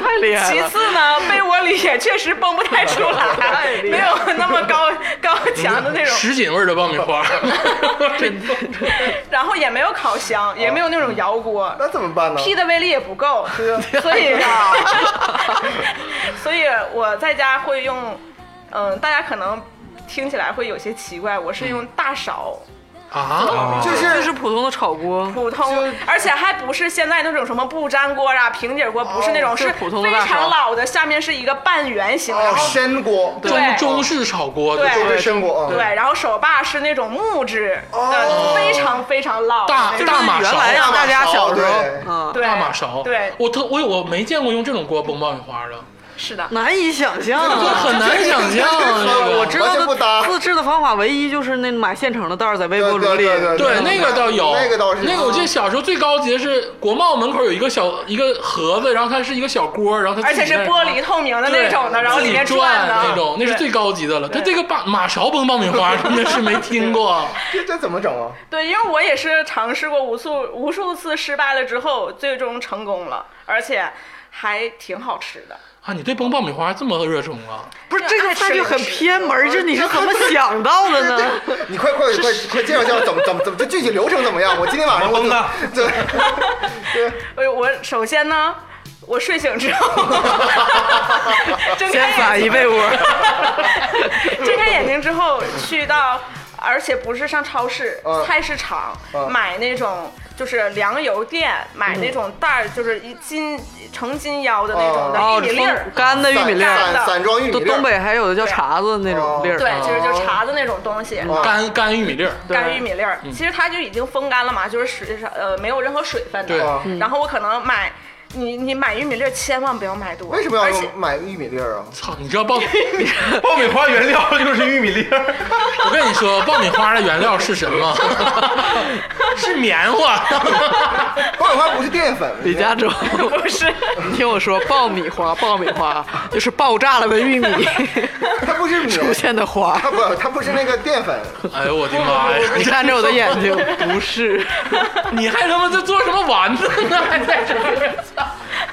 太厉害
其
了！
次呢，被窝里也确实蹦不太出 来，没有那么高高强的那种，
什锦味儿的爆米花，
然后也没有烤箱，也没有那种摇锅，
那怎么办呢？
劈的威力也不 够，
对
啊
呀
所
哎
以，所以我在家会用，嗯，大家可能听起来会有些奇怪，我是
嗯
用大勺，
啊，
就是
就是普通的炒锅，
普通，而且还不是现在那种什么不粘锅啊、平底锅，不是
哦
那种，
是
是
普通的
非
大勺
常老的，下面是一个半圆形，然
哦，
后
深锅，
对
中中式炒锅，
对
就是深锅啊。
对，然后手把是那种木质的，非常非常老的
哦大
那种，
大马
原
勺，
来让大家小时候
对，
嗯，
对
大马勺，
对，
我特我我没见过用这种锅崩爆米花的，
是的，
难以想象啊，
这很难想象啊，这个
我知道
完全不搭
的自制的方法唯一就是那买现成的袋儿，在微波炉里，
对对
对，那个倒有，
那个倒是
那个我记得小时候最高级的是国贸门口有一个小一个盒子，然后它是一个小锅，然后它
而
自己
且是玻璃透明的
在
那种的，
对
然后里面
自己转
的
那种，那是最高级的了。它这个把马勺崩爆米花 真的是没听过，
这这怎么整啊？
对，因为我也是尝试过无数无数次失败了之后，最终成功了，而且还挺好吃的。
啊！你对崩爆米花这么热衷啊？
不是这个
爱吃
菜就很
零食
偏门儿，这你是 怎么想到的呢？
你快快快快介绍介绍怎么怎么怎么这具体流程怎么样？我今天晚上我
怎么崩的
就对对，
哎，我首先呢，我睡醒之 后，睁
先
开
撒
眼
一
睛，
被窝，
睁开眼睛之后去到，而且不是上超市
嗯，
菜市场
嗯
买那种。就是粮油店买
嗯
那种袋儿，就是一斤成斤腰的那种
哦，
的玉米粒儿，
干的玉米粒
干
儿，
散散装玉米
东
粒儿，
东北还有的叫碴子那种粒儿，啊
对，就是就是碴子那种东西。
哦
干干玉米粒儿，
干玉米粒
嗯
儿，其实它就已经风干了嘛，就是水上呃没有任何水分的。
对
啊
然后我可能买，你你买玉米粒儿千万不要买多，
为什么要
而
用
且
买玉米粒儿啊？
操！你知道爆，
爆米花原料就是玉米粒儿，
我跟你说，爆米花的原料是什么？ 是棉花。
爆米花不是淀粉，
李嘉洲，
不是
你听我说，爆米花，爆米花就是爆炸了的玉米
它不是米，
出现的花。
它不它不是那个淀粉，
哎呦我的妈呀！
你看着我的眼睛，不是，
你还他妈在做什么丸子呢？还在这儿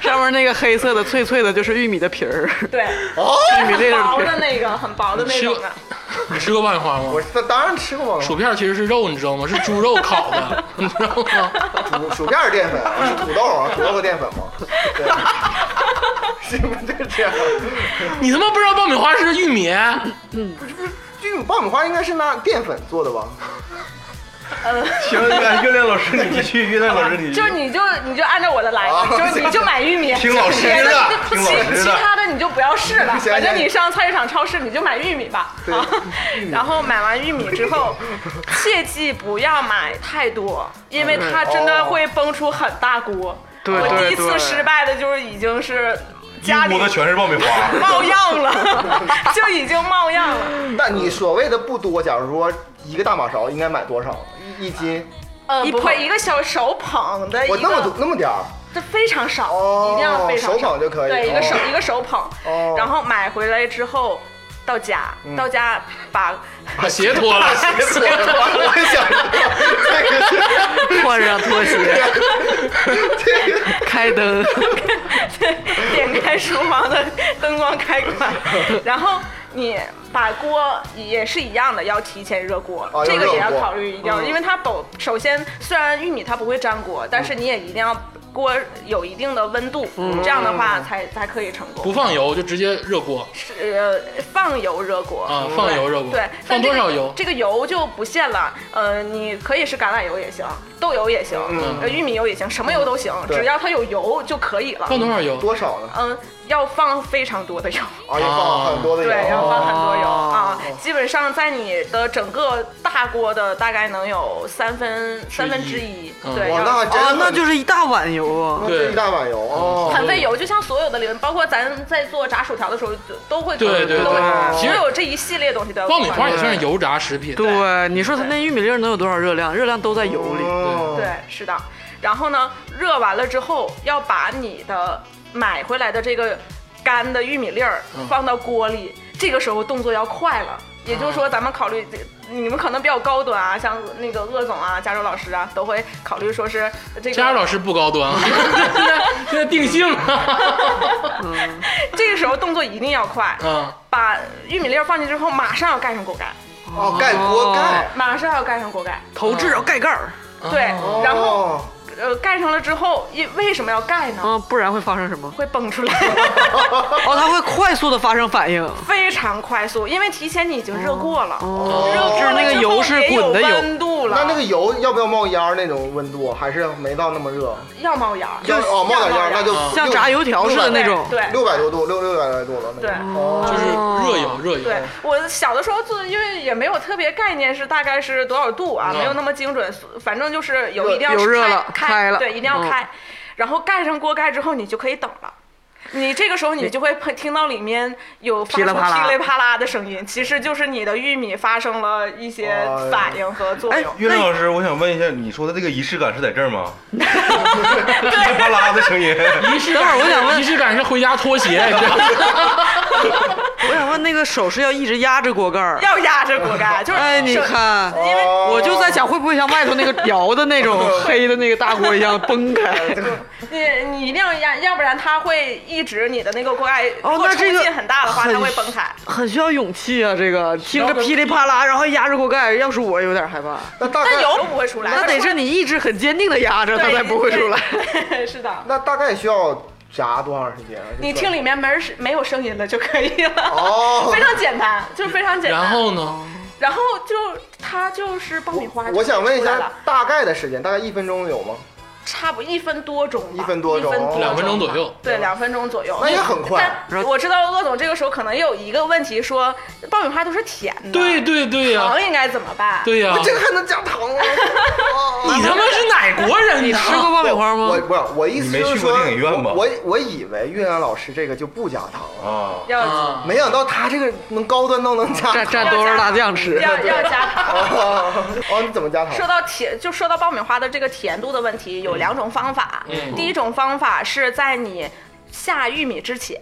上面那个黑色的、脆脆的，就是玉米的皮儿。
对，
哦，
就是
玉米粒
很
儿
薄的那个，很薄的那
吃
种
过
的。
你吃过爆米花吗
我？那当然吃过
薯
了，
片其实是肉，你知道吗？是猪肉烤 的，你知道吗？
薯薯片儿淀粉不是土豆 啊，土豆和淀粉吗？对， 是不是就是这样？
你他妈不知道爆米花是玉米？
这种爆米花应该是拿淀粉做的吧？
行，月亮老师你继续，月亮老师你继
就
续
是你就你就按照我的来
啊，
就是你就买玉米，
听老师的
别
听老
其
师的
其他的你就不要试了，
行
反正
行
你上菜市场、超市你就买玉米吧。
对
啊，然后买完玉米之后，切记不要买太多，因为它真的会崩出很大锅。
对
我第一
对对
次失败的就是已经是家
一
里
屋子全是爆米花。
冒样了，就已经冒样了。
那你所谓的不多，假如说一个大马勺应该买多少？一一斤？
呃，
一
不会
捧
一个小手捧的一
我
个
那么多那么点儿？
这非常少，
哦
一定要非常少，
手捧就可以
对，
哦
一个手、一个手捧，
哦 嗯
然后买回来之后到家，到家把
把鞋脱了，
我也想知道这个是
换上拖 鞋，开灯，
点开厨房的灯光开 关，然后你把锅也是一样的，要提前热锅，
哦要
这个也
热
要
锅嗯
考虑一定要，因为它保首先虽然玉米它不会粘锅，但是
嗯
你也一定要锅有一定的温度，这样的话
嗯
才才可以成
不
功。
放油就直接热锅
是呃放油热锅
啊，放油热锅
对，，
放
但这
多
个
少油？
这个油就不限了，呃，你可以是橄榄油也行，豆油也行，
嗯
呃玉米油也行，什么油都行，
对
只要它有油就可以了。
放多少油？
多少呢？
嗯，要放非常多的油。
啊，要放很多的油。
对，然后放很多油
哦
啊，基本上在你的整个大锅的大概能有三分三分之一，
嗯
对，
哇，
要
那真的
啊，
很
那就是一大碗油啊。
这一大碗油哦。
很费油，就像所有的零，包括咱在做炸薯条的时候都都会
对对对
都会
其
所
实
有这一系列东西都要
爆米花也
放
算是油炸食品。
对，你说它
对
那玉米粒儿能有多少热量？热量都在油里。
哦
嗯
进去，对，是的。然后呢，热完了之后要把你的买回来的这个干的玉米粒儿
嗯
放到锅里，这个时候动作要快了。也就是
嗯
说，咱们考虑你们可能比较高端啊，像那个鄂总啊、加州老师啊，都会考虑说是这个
佳老师不高端 啊，现在现在定性 了。
这个时候动作一定要快，
嗯，
把玉米粒儿放进去之后，马上要盖上锅盖，
哦，盖锅盖。
马上要盖上锅盖。
投掷要盖盖儿
对，
哦
然后
哦
呃盖上了之后，因为什么要盖呢？
嗯
啊，不然会发生什么？
会蹦出来，
哦，它会快速的发生反应。
非常快速，因为提前你已经热过了，
哦
热过
就是
了
那个
之
油
后
是
也
滚的
有
油
温度了，
那那个油要不要冒烟儿那种温度？还是没到那么热？
要冒烟儿，
要
就是
哦，冒点烟儿
要
那就
嗯
像炸油条似的那种
对。对
六百多度，六六百来度了那种。
对嗯
哦
就是热油热
对
油。，
我小的时候做，因为也没有特别概念是大概是多少度啊，
嗯
没有那么精准，反正就是油一定要
油热
开
了
开
开了
对，一定要
嗯
开，然后盖上锅盖之后，你就可以等了。你这个时候你就会碰听到里面有发
噼里
出
啪啦
噼里啪啦的声音，其实就是你的玉米发生了一些
哎呀
反应和作用。
月亮老师，我想问一下，你说的这个仪式感是在这儿吗？噼里啪啦的声音，
仪式
等会
感
儿
是，
我想问
仪式感是回家脱鞋， 你知道吗？
我想问，那个手是要一直压着锅盖儿？
要压着锅盖，就是
哎，你
手
看，
因为
哦
我就在想，会不会像外头那个摇的那种 黑的那个大锅一样崩开？
你你一定要压，要不然它会一直你的那个锅盖，
哦
如果
那这
冲
个
劲很大的话，
很
它会崩开。
很需要勇气啊！这个听着噼里啪啦，然后压着锅盖，要是我有点害怕。
那大
但
概
油不会出来，
那
它
得
出来
是你意志很坚定的压着，它
对
才不会出来。。
对 是的，
那大概需要炸多长时间啊？就
你
是
听里面没声没有声音了就可以了，
哦
非。常简单，就是非常简单。
然后呢？
然后就它就是爆米花就
我想问一
出来
下
了，
大概的时间，大概一分钟有吗？
差不多一分多钟吧，
一分多钟
吧
两分钟左右
对，两分钟左右，
那也很快。
但我知道鄂总这个时候可能有一个问题说，爆米花都是甜的，
对哦对对呀
啊
糖，应该怎么办？
对呀
啊
我。这个还能加糖吗？哦
你他妈是哪国人
你
呢？
吃过爆米花吗
我？不是我意思
你没
就是
去过
说，
电影院吧
我我我以为月亮老师这个就不加糖了，
啊，
要、
啊，
没想到他这个能高端到能加
蘸
糖。
蘸多少辣酱吃？
要要加糖。
哦，哦你怎么加糖？
说到甜，就说到爆米花的这个甜度的问题，有两种方法。
嗯
第一种方法是在你下玉米之前，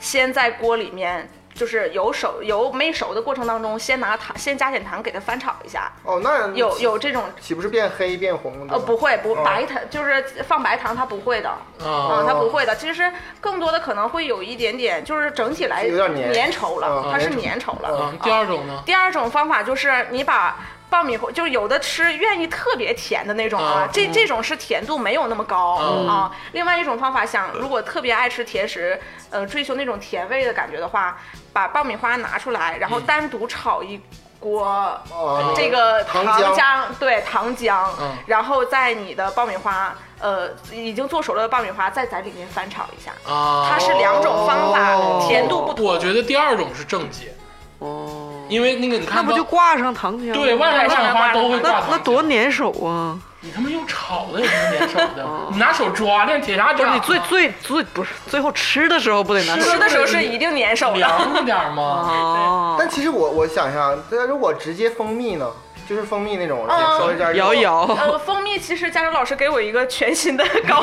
先在锅里面。就是有熟有没熟的过程当中，先拿糖，先加点糖给它翻炒一下。
哦，那
有有这种，
岂不是变黑变红？
呃，不会不
哦
白糖，就是放白糖，它不会的，
啊
啊，它不会的。其实更多的可能会有一点点，就是整体来
有点粘
粘稠了
嗯，
它是粘稠了。
啊
啊！
第二种呢？
第二种方法就是你把爆米花，就是有的吃愿意特别甜的那种啊，
啊
这这种是甜度没有那么高、
嗯
啊。另外一种方法想，如果特别爱吃甜食，呃，追求那种甜味的感觉的话，把爆米花拿出来，然后单独炒一锅。
哦，
这个
糖
啊糖
浆
对糖浆，
嗯
然后在你的爆米花，呃，已经做熟了的爆米花，再在里面翻炒一下，
啊，
它是两种方法，
哦
甜度不同。
我觉得第二种是正解，
哦，
因为那个你
那
看
不
到
就挂上糖浆？
对外面爆米花都会挂
那
糖
那多粘手啊！
你他妈用炒的有什么粘手 的？你拿手抓那铁砂
哦不是
掌，
你最最最不是最后吃的时候不得拿
吃
吃的时候是一定粘手的。
凉点吗？
哦，
但其实我我想一下，那如果直接蜂蜜呢？就是蜂蜜那种，
嗯
稍微加热
摇一。摇，
呃，蜂蜜其实家长老师给我一个全新的高，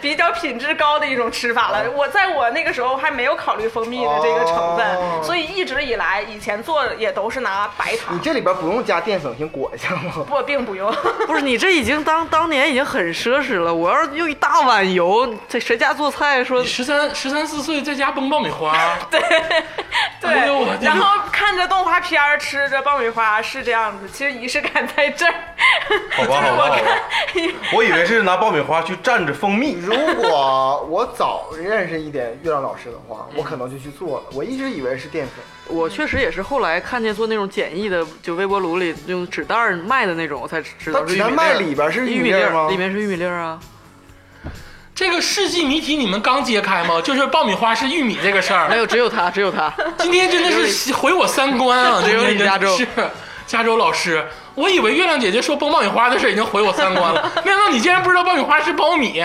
比较品质高的一种吃法了。我在我那个时候还没有考虑蜂蜜的这个成分，
哦
所以一直以来以前做也都是拿白
你
糖。
这里边不用加淀粉先裹一下吗？
不，并不用。
不是你这已经当当年已经很奢侈了。我要是用一大碗油，这谁家做菜说
你十三十三四岁在家崩爆米 花，哎呦我
对，
的
然后看着动画片儿，吃着爆米花是这样子，其实仪式感在这儿。
好 吧，好吧，好吧。我以为是拿爆米花去蘸着蜂蜜。
如果我早认识一点月亮老师的话，我可能就去做了。我一直以为是淀粉，
我确实也是后来看见做那种简易的，就微波炉里用纸袋儿卖的那种，我才知
它
道是
只
玉米
能
粒
卖
儿。
里边是米
玉米
粒
粒
儿吗
儿？里面是玉米粒儿 啊，
这个世纪谜题你们刚揭开吗？就是爆米花是玉米这个事儿
没。有，只有它，只有它。
今天真的是毁我三观啊！
只有
今天
李加州
真 是加州老师，我以为月亮姐姐说崩爆米花的事已经毁我三观了， 没想到你竟然不知道爆米花是苞米！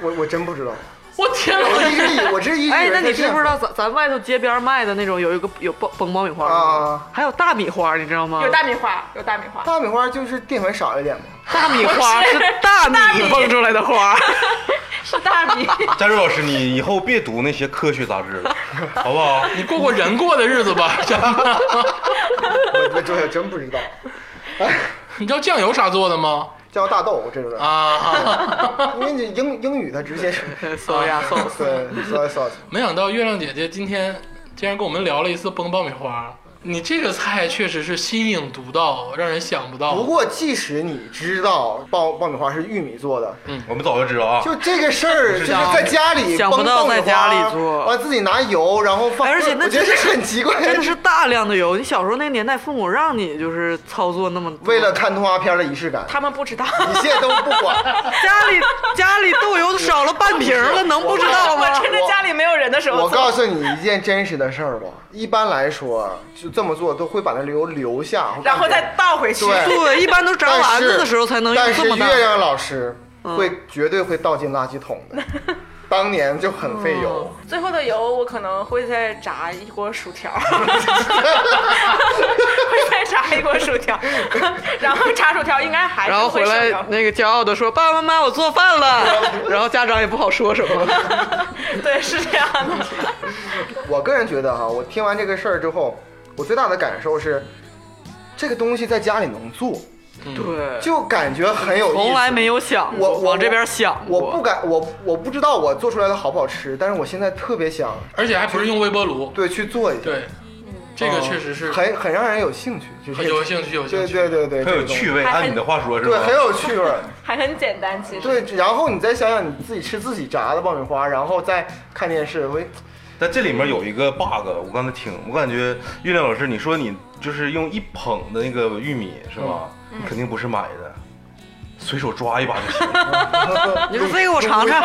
我我真不知道。
我天
我
哪！
一直以我这一直以为
哎，那你
是淀
知不
粉
知道咱咱外头街边卖的那种有一个有爆崩爆米花吗
啊？
还有大米花，你知道吗？
有大米花，有大米花。
大米花就是淀粉少一点吗？
大米花是大米蹦出来 的花。
是大米，
加州老师，你以后别读那些科学杂志了，好不好？
你过过人过的日子吧， 真的。
我我这真不知道。哎，
你知道酱油啥做的吗？
叫大豆，我这个人，
啊，
因为你英英语它直接是
搜呀搜，
对，soy sauce。
没想到月亮姐姐今天竟然跟我们聊了一次崩爆米花。你这个菜确实是新颖独到，让人想不到。
不过即使你知道爆爆米花是玉米做的，
嗯
我们早就知道啊。
嗯就这个事儿，就是在家里
想不到
崩爆米花
在家里做
完自己拿油然后放，
哎而且那
我觉得
真
这
的
很奇怪，
真的是大量的油。你小时候那个年代，父母让你就是操作那么多，
为了看动画片的仪式感，
他们不知道。
一切都不 管。
家里家里豆油少了半瓶了，能不知道吗
我？趁着家里没有人的时候
我
做。
告诉你一件真实的事儿吧，一般来说就这么做都会把那油留下，
然后再倒回去。
对
对，一般都是炸
但
丸
是
子的时候才能用
但是
这么大嗯
月。亮老师会、绝对会倒进垃圾桶 的，当年就很费油。
最后的油，我可能会再炸一锅薯 条，会再炸一锅薯条， 然后炸薯条应该还是
然后
会
回来
剩的
那个骄傲的说：“爸爸妈妈，我做 饭了。”然后家长也不好说什么。
对，是这样的。
我个人觉得哈，我听完这个事儿之后，我最大的感受是，这个东西在家里能做，
对，
就感觉很有意思。
从来没有想过
我我
往这边想过。
我不敢，我我不知道我做出来的好不好吃，但是我现在特别想
而且还不是用微波炉。
对去做一下。
对，这个确实是
很很让人有兴趣，就是
很有兴趣，有
嗯
兴
对
趣。
对对对，
很有
这个东西
趣味，
还
按你的话说是吧？
对，很有趣味儿。
还很简单，其实。
对，然后你再想想你自己吃自己炸的爆米花，然后再看电视， 喂，
但这里面有一个 bug，我刚才听，我感觉月亮老师，你说你就是用一捧的那个玉米是吧？
嗯
你肯定不是买的，随手抓一把就行。
你说这个我尝尝，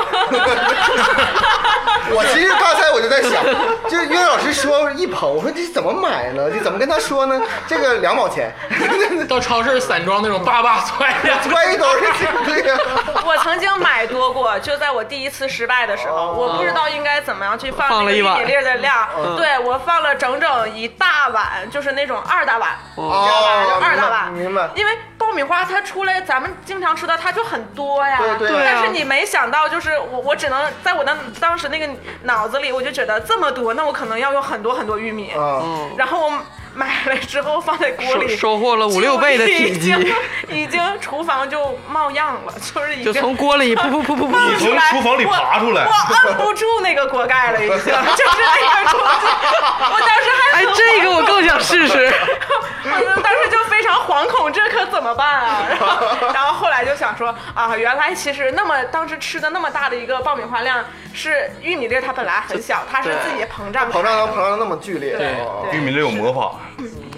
我其实刚才我就在想，就是岳老师说一捧，我说这怎么买呢？这怎么跟他说呢？这个两毛钱，
到超市散装那种叭叭踹的，
揣一兜是这个。
我曾经买多过，就在我第一次失败的时
哦
候，我不知道应该怎么样去放
放
那
了
个
一
玉
碗
米粒儿的量。
嗯
对我放了整整一大碗，就是那种二大碗，你知
哦
道吧？就二大碗。
哦明白。
因为爆米花它出来，咱们经常吃的它就很多呀。
对对对
啊
但是你没想到，就是我我只能在我的当时那个脑子里，我就觉得这么多，那我可能要有很多很多玉米。
啊，
嗯，
然后我买了之后放在锅
收
里，
收获了五六倍的体积
就，已经，已经厨房就冒样了，就是已
就
经
从锅里噗噗噗噗
冒
噗。
出
从
来，
厨房里爬出来
我 我摁不住那个锅盖了，已经就是那样出去， 我当时还
哎，这个我更想试试。
我当时就非常惶恐，这可怎么办啊？然后，然后后来就想说啊，原来其实那么当时吃的那么大的一个爆米花量，是玉米粒儿它本来很小，它是自己膨胀
膨胀能膨胀的那么剧烈，
对
哦
玉米粒有魔法，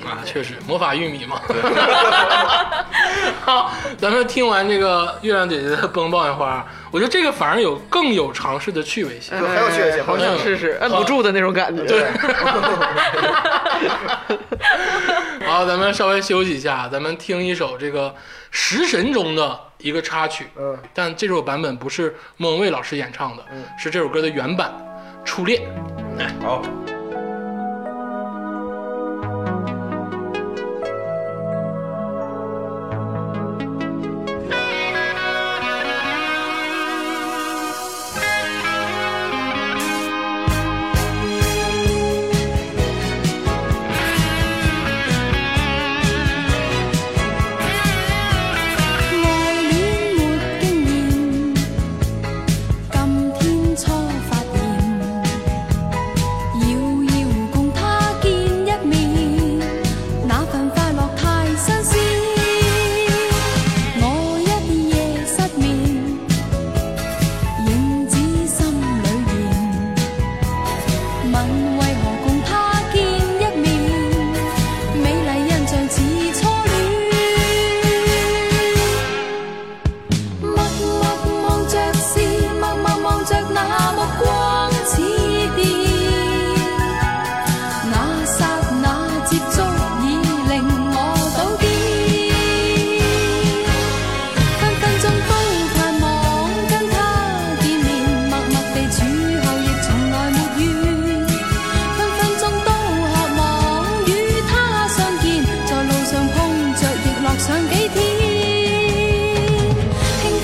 啊，确实魔法玉米嘛。 好，咱们听完这个月亮姐姐的崩爆米花，我觉得这个反而有更有尝试的趣味性。
就很有趣味性。
好想试试，摁不住的那种感觉。对，
好，咱们稍微休息一下，咱们听一首这个《食神》中的一个插曲。
嗯，
但这首版本不是莫文蔚老师演唱的，是这首歌的原版《初恋》。
好，
愛戀沒經驗，今天初發現，要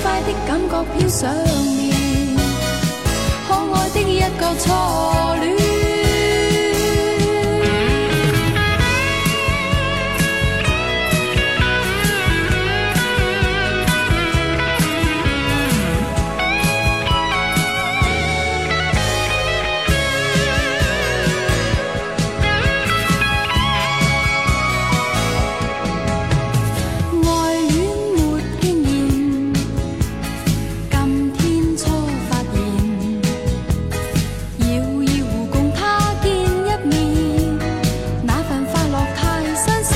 想念，可愛的一個初戀。愛戀沒經驗，今天初發現，遙遙共他見一面，那份快樂太新鮮。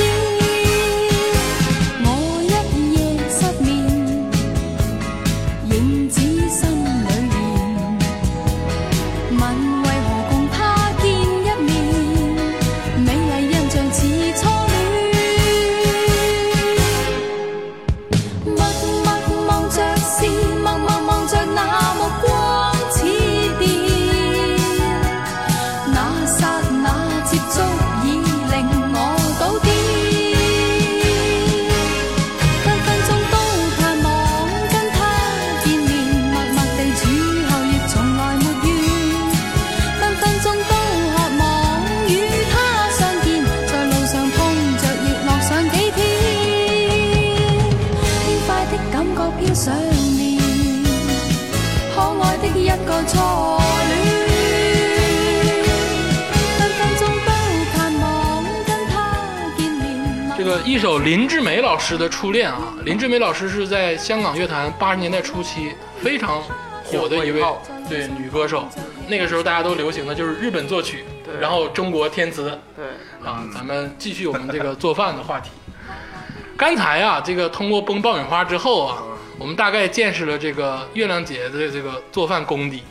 我一夜失眠，影子心裏現。問為何共他見一面，美麗印象似初戀。默默望着是，默默望着那目光似電，那剎那接觸已令我倒跌。分分鐘都盼望跟他見面，默默地處候亦從來沒怨。分分鐘都渴望與他相見，在路上碰着亦樂上幾天。輕快的感覺飄上面，可愛的一個初戀。分分鐘都盼望跟他見面。
这个一首林志美老师的《初恋》啊，林志美老师是在香港乐坛八十年代初期非常火的一位对女歌手。那个时候大家都流行的就是日本作曲，
对
然后中国填词
对，
啊。咱们继续我们这个做饭的话题。刚才啊，这个通过崩爆米花之后啊，我们大概见识了这个月亮姐的这个做饭功底，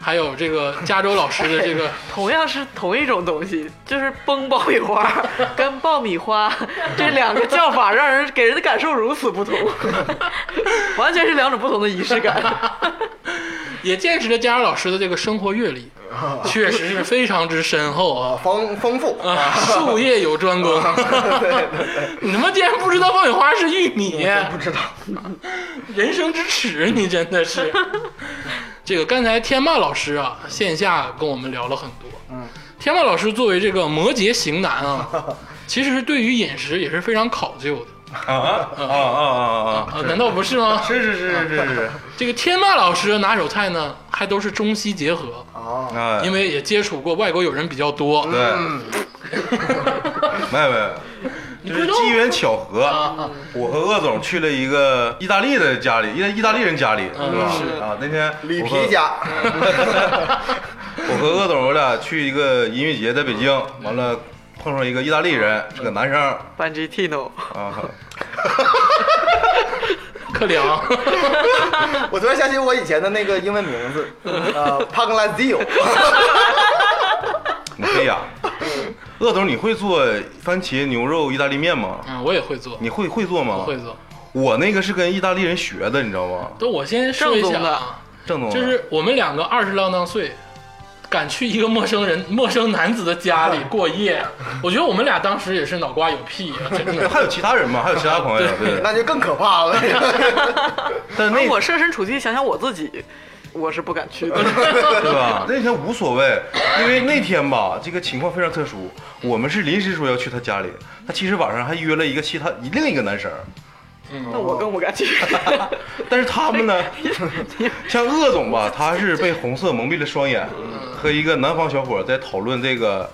还有这个加州老师的这个
同样是同一种东西，就是崩爆米花跟爆米花这两个叫法，让人给人的感受如此不同， 完全是两种不同的仪式感。
也见识了佳儿老师的这个生活阅历，确实是非常之深厚
啊，
啊。
丰丰富
啊， 术业有专攻。
啊
你他妈竟然不知道爆米花是玉米，
不知道，
人生之耻，你真的是。这个刚才天霸老师啊，线下跟我们聊了很多。嗯，天霸老师作为这个摩羯型男啊，其实对于饮食也是非常考究的。
啊啊啊啊啊！
啊，难道不是吗？
是是是是 是是，
这个天霸老师的拿手菜呢，还都是中西结合，
哦，
哎，
因为也接触过外国友人比较多。
对， 没有没有，就是机缘巧合，我和鄂总去了一个意大利的家里，意大意大利人家里，是吧？啊，那天
里
我和
皮家，
我和鄂总我俩去一个音乐节，在北京，完了碰上一个意大利人，是个男生
班吉 Tino，
啊，
克里昂，
我突然想起我以前的那个英文名字，呃 p a g l a z i o
你可以啊。鄂总，你会做番茄牛肉意大利面吗？
嗯，我也会做，
你会会做吗？
我会。做。
我那个是跟意大利人学的，你知道吗？
都我先说一
正
下
宗的
啊，
郑总
就是我们两个二十郎当岁，敢去一个陌生人、陌生男子的家
嗯
里过夜，我觉得我们俩当时也是脑瓜有屁啊，真的。
还有其他人吗？还有其他朋友？对，
那就更可怕了。
但那
而我设身处地想想我自己，我是不敢去的。
对吧？那天无所谓，因为那天吧，这个情况非常特殊，我们是临时说要去他家里，他其实晚上还约了一个其他另一个男生，
那 我更不敢去。
但是他们呢，像鄂总吧，他是被红色蒙蔽了双眼，和一个南方小伙在讨论这个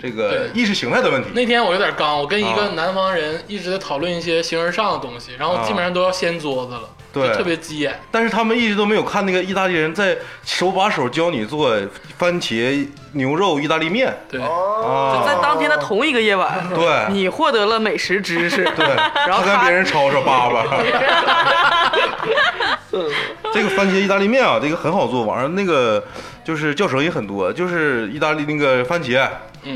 这个
对
意识形态的问题。
那天我有点刚，我跟一个
啊
南方人一直在讨论一些形而上的东西，然后基本上都要掀桌子了，
嗯对
就特别急眼。
但是他们一直都没有看那个意大利人在手把手教你做番茄牛肉意大利面
对，
啊，
在当天的同一个夜晚，
对
你获得了美食知识，
对，
然后
他跟
他
别人吵吵叭叭。 这个番茄意大利面啊，这个很好做，网上那个就是教程也很多，就是意大利那个番茄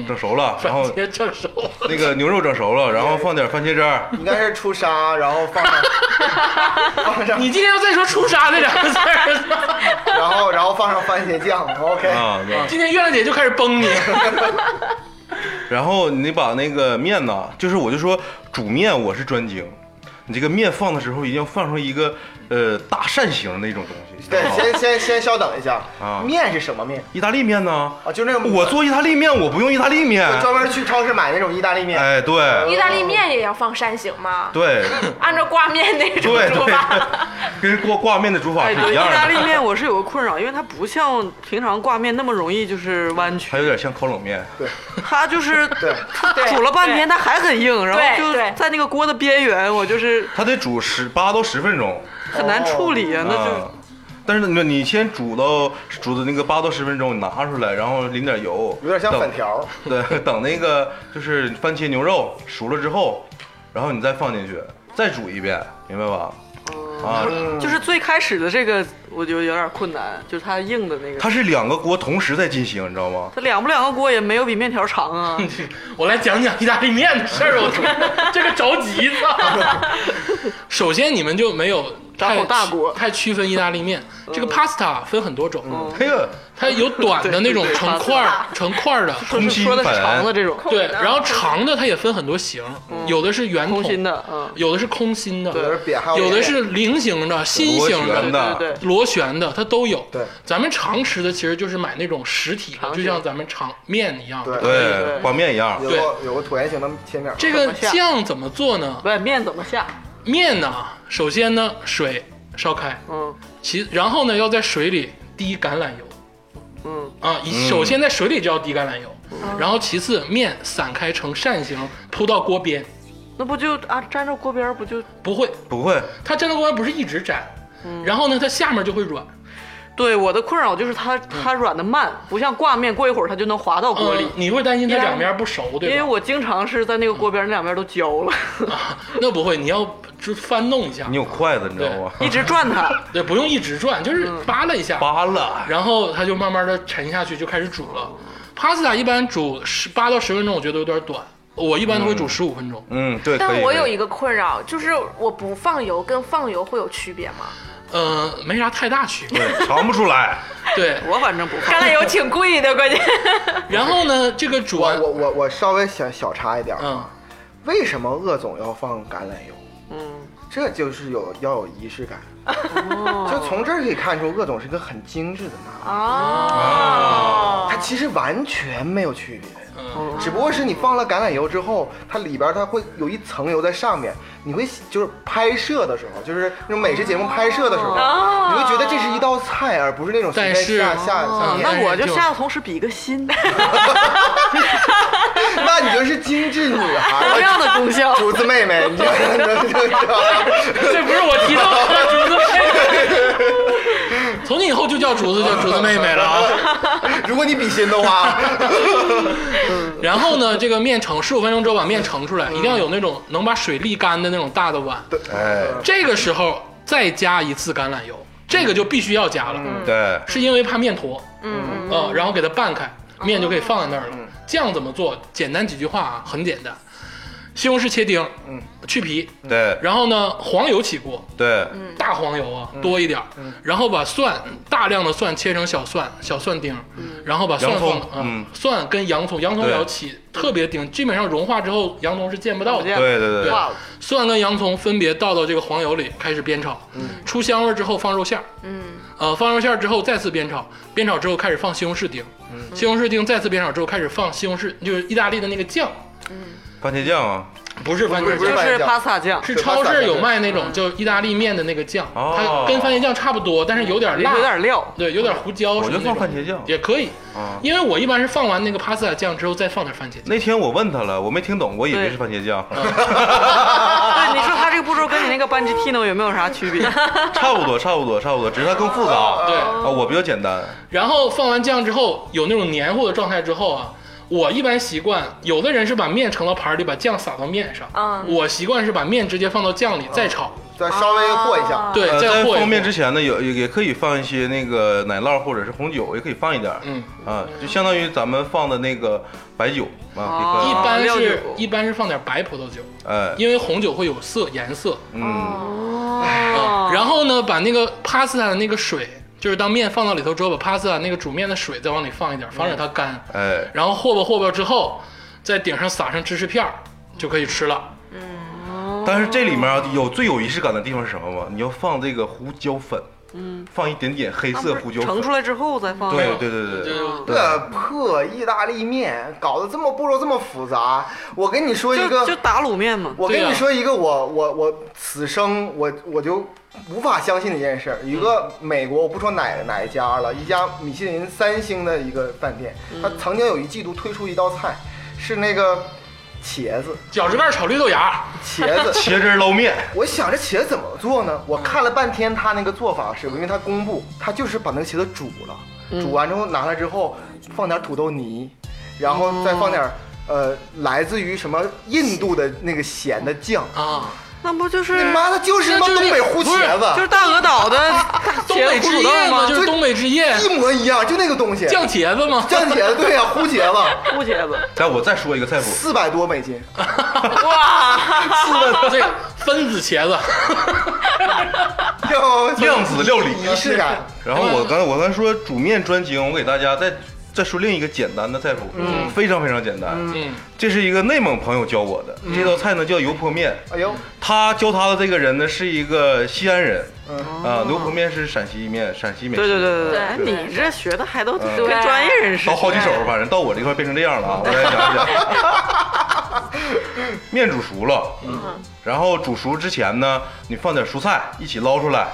整熟了，然 后
直接正手。
那个牛肉整熟了，然后放点番茄汁儿。
应该是出沙，然后放上，放上，
你今天要再说“出杀”这两个字儿，
然后然后放上番茄酱，OK，
啊，对
今天月亮姐就开始崩你。
然后你把那个面呢，就是我就说煮面我是专精，你这个面放的时候一定要放上一个呃大扇形那种东西。
对，
啊
先先先稍等一下
啊
面是什么面
意大利面呢？
啊？就那个
我做意大利面，我不用意大利面。
专门去超市买那种意大利面，
哎，对
意大利面也要放扇形吗？，
对
按照挂面那种
对
说
对
法。，
跟挂挂面的煮法
哎，
是
对，
一
意
样
大利
的，
面我是有个困扰，因为它不像平常挂面那么容易就是弯曲
它，有点像烤冷面。
它就是
对
它煮了半天它还很硬，然后
对
就
对
在那个锅的边缘，我就是
它得煮十八到十分钟，
很难处理啊，那
啊
就。
但是你你先煮到煮的那个八到十分钟，你拿出来，然后淋点油，
有点像
等
粉条。
对，等 那个就是番茄牛肉熟了之后，然后你再放进去，再煮一遍，明白吧？
嗯
啊，
就是最开始的这个我就有点困难，就是它硬的那个，
它是两个锅同时在进行，你知道吗？
它两不两个锅也没有比面条长 啊。
我来讲讲意大利面的事儿，我 操这个着急操！ 首先，你们就没有
炸
太
好大
区
锅嗯
太区分意大利面。这个 pasta 分很多种，
哎呀，
它有短的那种
对对对
成块儿、成块儿的，
就
空
是
心
说的是
粉
长的这种，
对，然后长的它也分很多型，有的是圆
空
筒
心的，嗯，
有的是空心的，
有的是扁，还
有的
扁
是菱形的、心
螺
形
旋
的
对。
的
对对，
螺旋的，它都有。
对，
咱们常吃的其实就是买那种实体的，
常
就
吃
像咱们常面一样。
对
对，挂面一样，
有个有个椭圆形的切面，
这个
怎么下
酱怎么做呢？
不是面怎么下？
面呢，首先呢，水烧开，
嗯
其然后呢，要在水里滴橄榄油
嗯，
啊，一
嗯
首先在水里就要滴橄榄油，然后其次面散开成扇形，铺到锅边，
那不就啊粘着锅边儿不就？
不会，
不会，
它粘到锅边不是一直粘，
嗯
然后呢，它下面就会软，
对，我的困扰就是它它软的慢，不像挂面，过一会儿它就能滑到锅里
嗯。你会担心它
一般
两边不熟，
啊因
对
为
吧？
我经常是在那个锅边儿，那两边儿都焦了，
啊那不会，你要就翻弄一下
你，有筷子，你知道吗？
一直转它。
对，不用一直转，就是
嗯
扒拉一下，
扒拉，
然后它就慢慢的沉下去，就开始煮了。pasta 一般煮十八到十分钟，我觉得有点短，我一般都会煮十五分钟。
嗯，对，可
但
以。
我有
可以
一个困扰，就是我不放油跟放油会有区别吗？
呃，没啥太大区别。
对，尝不出来，
对，
我反正不放
橄。榄油挺贵的， 关键
然后呢，这个煮
我
完
我，我我稍微想小插一点，
嗯，
为什么鄂总要放橄榄油？
嗯，
这就是有要有仪式感，就从这儿可以看出鄂总是个很精致的男人，
哦，
他其实完全没有区别。
嗯
只不过是你放了橄榄油之后，它里边它会有一层油在上面，你会就是拍摄的时候，就是那种美食节目拍摄的时候，
哦
你会觉得这是一道菜，而不是那种随
但是
便下下下
嗯
面。
哦那我就下的同时比一个心，
那你就是精致女
同
孩，啊
样的功效。
竹子妹妹，你就
这不是我提到的竹子 妹妹，从今以后就叫竹子叫竹子妹妹了啊。
如果你比心的话，
然后呢，这个面盛十五分钟之后把面盛出来，一定要有那种能把水沥干的那种大的碗。
哎，
这个时候再加一次橄榄油，这个就必须要加了。
对，
是因为怕面坨，嗯啊，然后给它拌开，面就可以放在那儿了。
嗯
酱怎么做？简单几句话啊，很简单。西红柿切丁，嗯，去皮，
对，
然后呢，黄油起锅，
对，
大黄油
嗯
啊，多一点儿，然后把蒜大量的蒜切成小蒜小蒜丁儿，然后把蒜
嗯洋葱
放啊
嗯
蒜跟洋葱，洋葱也要
对
起特别丁，基本上融化之后洋葱是见不到的
见。
对，对，对，
哇，
蒜跟洋葱分别倒到这个黄油里，开始煸炒。出香味儿之后放肉馅儿。嗯，呃，放肉馅儿之后再次煸炒，煸炒之后开始放西红柿丁。西红柿丁再次煸炒之后开始放西红柿，就是意大利的那个酱，
番茄酱啊，
不是番茄
不
就
酱。
是 pasta 酱，
是超市有卖那种就意大利面的那个酱，
哦
它跟番茄酱差不多，但是有点辣，
有点料。
对，有点胡椒
我
什么
就
那
放番
种，
茄酱
也可以。
啊。
因为我一般是放完那个 pasta 酱之后再放点番茄酱，
那天我问他了，我没听懂，我以为
对
是番茄酱，
对，你说它这个步骤跟你那个班吉蒂呢有没有啥区别？
差不多，差不多，差不多，只是它更复杂。
对
啊，我比较简单。
然后放完酱之后，有那种黏糊的状态之后啊，我一般习惯，有的人是把面盛到盘里，把酱撒到面上，
嗯
我习惯是把面直接放到酱里再炒，
哦
再稍微和一下，
对，
呃，
再
在
和一
放
和
面之前呢，有也也可以放一些那个奶酪或者是红酒，也可以放一点儿。
嗯
啊，就相当于咱们放的那个白酒啊，
哦
一
也可以。
般
料
是
酒
一般是放点白葡萄酒，
哎，
因为红酒会有色颜色。
嗯，
哦
然后呢，把那个 pasta 的那个水，就是当面放到里头之后，把 pasta 那个煮面的水再往里放一点，防止它干。
哎，
然后和吧和吧之后，在顶上撒上芝士片儿，就可以吃了。
但是这里面啊有最有仪式感的地方是什么吗？你要放这个胡椒粉，嗯，放一点点黑色胡椒
啊盛出
粉，
来之后再放。
对对对对对，
就
这破意大利面搞得这么步骤这么复杂，我跟你说一个
就就打卤面嘛。
我跟
对
你
啊
说一个我我我此生我我就无法相信的一件事儿，有一个美国我不说哪哪一家了，一家米其林三星的一个饭店，它曾经有一季度推出一道菜，是那个茄子
饺子盖炒绿豆芽，
茄子。
茄汁儿捞面，
我想这茄子怎么做呢？我看了半天他那个做法是，因为他公布他就是把那个茄子煮了，煮完之后拿来之后放点土豆泥，然后再放点儿呃来自于什么印度的那个咸的酱。
啊，
那不就是
你妈的就是他妈东北糊茄
就
子
是，大鹅岛的
东北之夜嘛，
吗？
就是东北之夜
一模一样，就那个东西。
酱茄子 嘛，
酱茄子，对呀、糊茄子，
糊 茄子，
来，我再说一个菜谱，
四百多美金，
这个分子茄子，
要
量子料理
仪式感。
然后我刚才我刚才说煮面专精，我给大家再再说另一个简单的菜谱，
嗯
非常非常简单。
嗯，
这是一个内蒙朋友教我
嗯
的，这道菜呢叫油泼面。
哎呦，
他教他的这个人呢是一个西安人，
嗯，
啊，油泼面是陕西面，陕西美食。
哦对对对
对
对对，你这学的还都
嗯
挺
对
跟专业人士
到好几手，反正到我这块变成这样了啊！我再讲一讲。面煮熟了，然后煮熟之前呢，你放点蔬菜一起捞出来，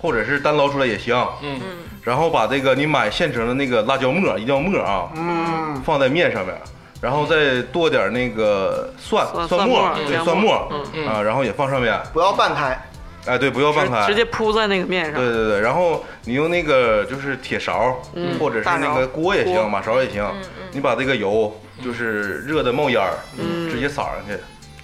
或者是单捞出来也行。
嗯，
然后把这个你买现成的那个辣椒末，一定要末啊，
嗯，
放在面上面，然后再剁点那个蒜
蒜
蒜
蒜
末
末，
对
姜
蒜末
末
嗯
啊，然后也放上面。
不要半开，
哎，对，不要放开，
直直接铺在那个面上。
对对对，然后你用那个就是铁勺，或者是那
嗯大
个
勺
锅也
锅嗯
行，马勺也行，你把这个油就是热的冒烟儿，
嗯
直接撒上去，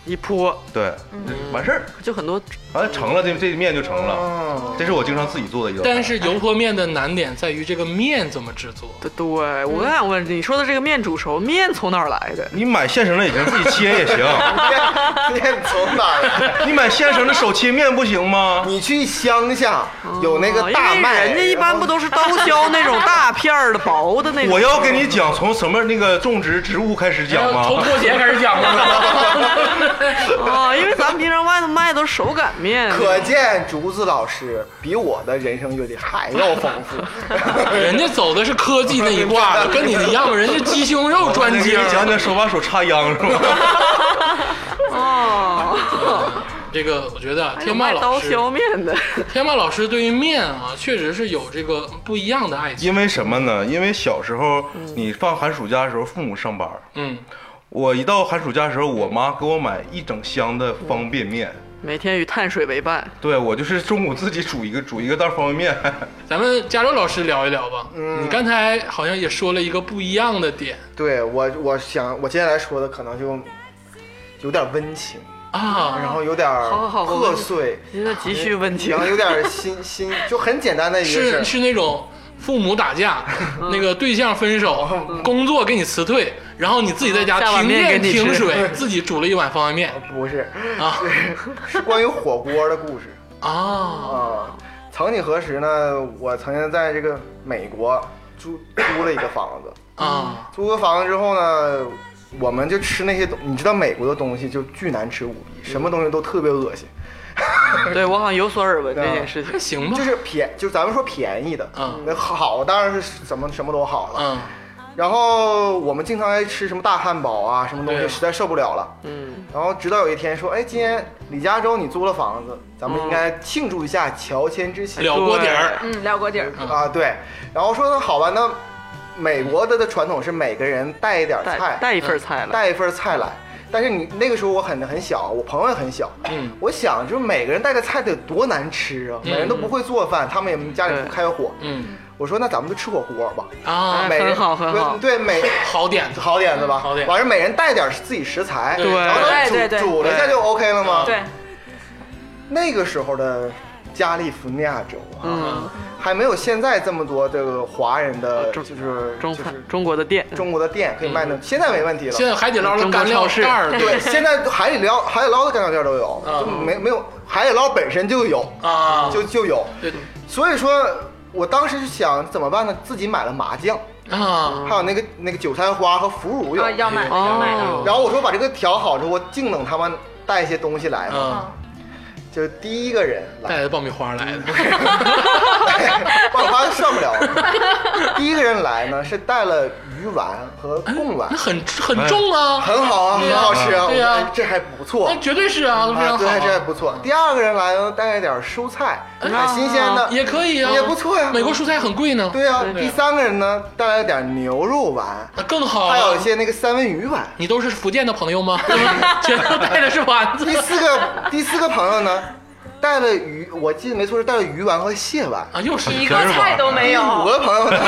一泼
对，
嗯
完事儿，
就很多，
完了成了，这这面就成
哦
了。
嗯，
这是我经常自己做的一个，
但是油泼面的难点在于这个面怎么制作，
对对，哎
嗯
我刚想问你说的这个面煮熟，面从哪儿来的？
你买现成的也行，自己切也行，
这这从哪儿？
你买现成的手切面不行吗？
你去乡下有那
哦
个大
因
麦，
为人家一般不都是刀削那种大片儿的薄的那种。
我要跟你讲从什么那个种植植物开始讲
哎从
吗？
拖鞋开始讲了，
啊，因为咱们平常外头卖都是手擀面，
可见竹子老师比我的人生阅历还要丰富。
人家走的是科技那一挂的，跟你的一样嘛，人家鸡胸肉专
你
精。
讲讲手把手插秧是 吧？
哦，
这个我觉得啊
还有
天霸
哎卖
老
刀
师，
削面的，
天霸老师对于面啊，确实是有这个不一样的爱情。
因为什么呢？因为小时候你放寒暑假的时候，父母上班儿。
嗯，
我一到寒暑假的时候，我妈给我买一整箱的方便面。
每天与碳水为伴。
对我就是中午自己煮一个煮一个袋方便面，
咱们加州老师聊一聊吧。你刚才好像也说了一个不一样的点
对我，我想我接下来说的可能就有点温情，然
啊，
后有点儿
好好好
破碎，
现在急需温情
然，后有点儿心心，就很简单的一个事
是
儿。
是那种父母打架，
嗯
那个对象分手，工作给你辞退，然后你自己在
嗯
家
下碗
停
面
电
给你
停
吃
水，自己煮了一碗方便
不是，
面啊
是关于火锅的故事
啊
啊。曾几何时呢，我曾经在这个美国租租了一个房子，
啊！
租个房子之后呢，我们就吃那些东，你知道美国的东西就巨难吃无
嗯
比，什么东西都特别恶心，
对我好像有所耳闻这
啊
件事情
还。行吧
就，是便，就咱们说便宜的，
嗯
那好当然是什么什么都好了，
嗯，
然后我们经常爱吃什么大汉堡啊，什么东
对
西，实在受不了了。
嗯，
然后直到有一天说，哎，今天李嘉洲你租了房子，咱们应该庆祝一下乔迁之喜。
了锅底儿，
嗯，聊过底儿，
啊，对。然后说那好吧，那美国的的传统是每个人带一点
带
菜，
带一份菜来，
带一份菜来。但是你那个时候我很很小，我朋友也很小，
嗯，
我想就是每个人带个菜得多难吃啊，每人都不会做饭，他们也家里不
对
开火。
嗯
我说那咱们就吃火锅吧，
啊
哎，
每人
很好很
对
好
对每
好点子，
好点子吧，
好点
完事儿每人带点儿自己食材，
对
然后咱
对对
煮
对
煮了一下就 OK 了吗？
对，
那个时候的加利福尼亚州啊，
嗯，
还没有现在这么多这个华人的，
呃
就
中
是
中
就是
餐中国的店，
中国的店可以卖的，现在没问题了
现。在海底捞的干料盖儿
对，现在海底捞海底捞的干料店都有，就没没有海底捞本身就有，
啊，
就就有，
对
所以说我当时是想怎么办呢？自己买了麻酱，
啊，
还有那个那个韭菜花和腐乳有
哦啊，，要买的要买的，
哦
然后我说把这个调好之后，我静等他们带一些东西来嘛，
嗯，
就第一个人来，
带着爆米 花来的，
爆花都上不了。第一个人来呢是带了鱼丸和贡丸
那，很很重啊，
很好啊，
对
很
呀
好吃啊，
对呀
我觉得这还不错。
那绝对是啊，非
啊，
常
对，还这还
好，
不错。第二个人来呢，带一点蔬菜，买新鲜的，
也可以啊，
也不错呀
美国蔬菜很贵呢，
对啊。
对
第三个人呢，带来点牛肉丸，
那更好啊。
还有一些那个三文鱼丸。
你都是福建的朋 友吗？全都带的是丸子
第四个第四个朋友呢，带了鱼，我记得没错是带了鱼丸和蟹丸。
啊，又是
一
一
个
个
菜都
哎
没
第五
有，
个朋友呢，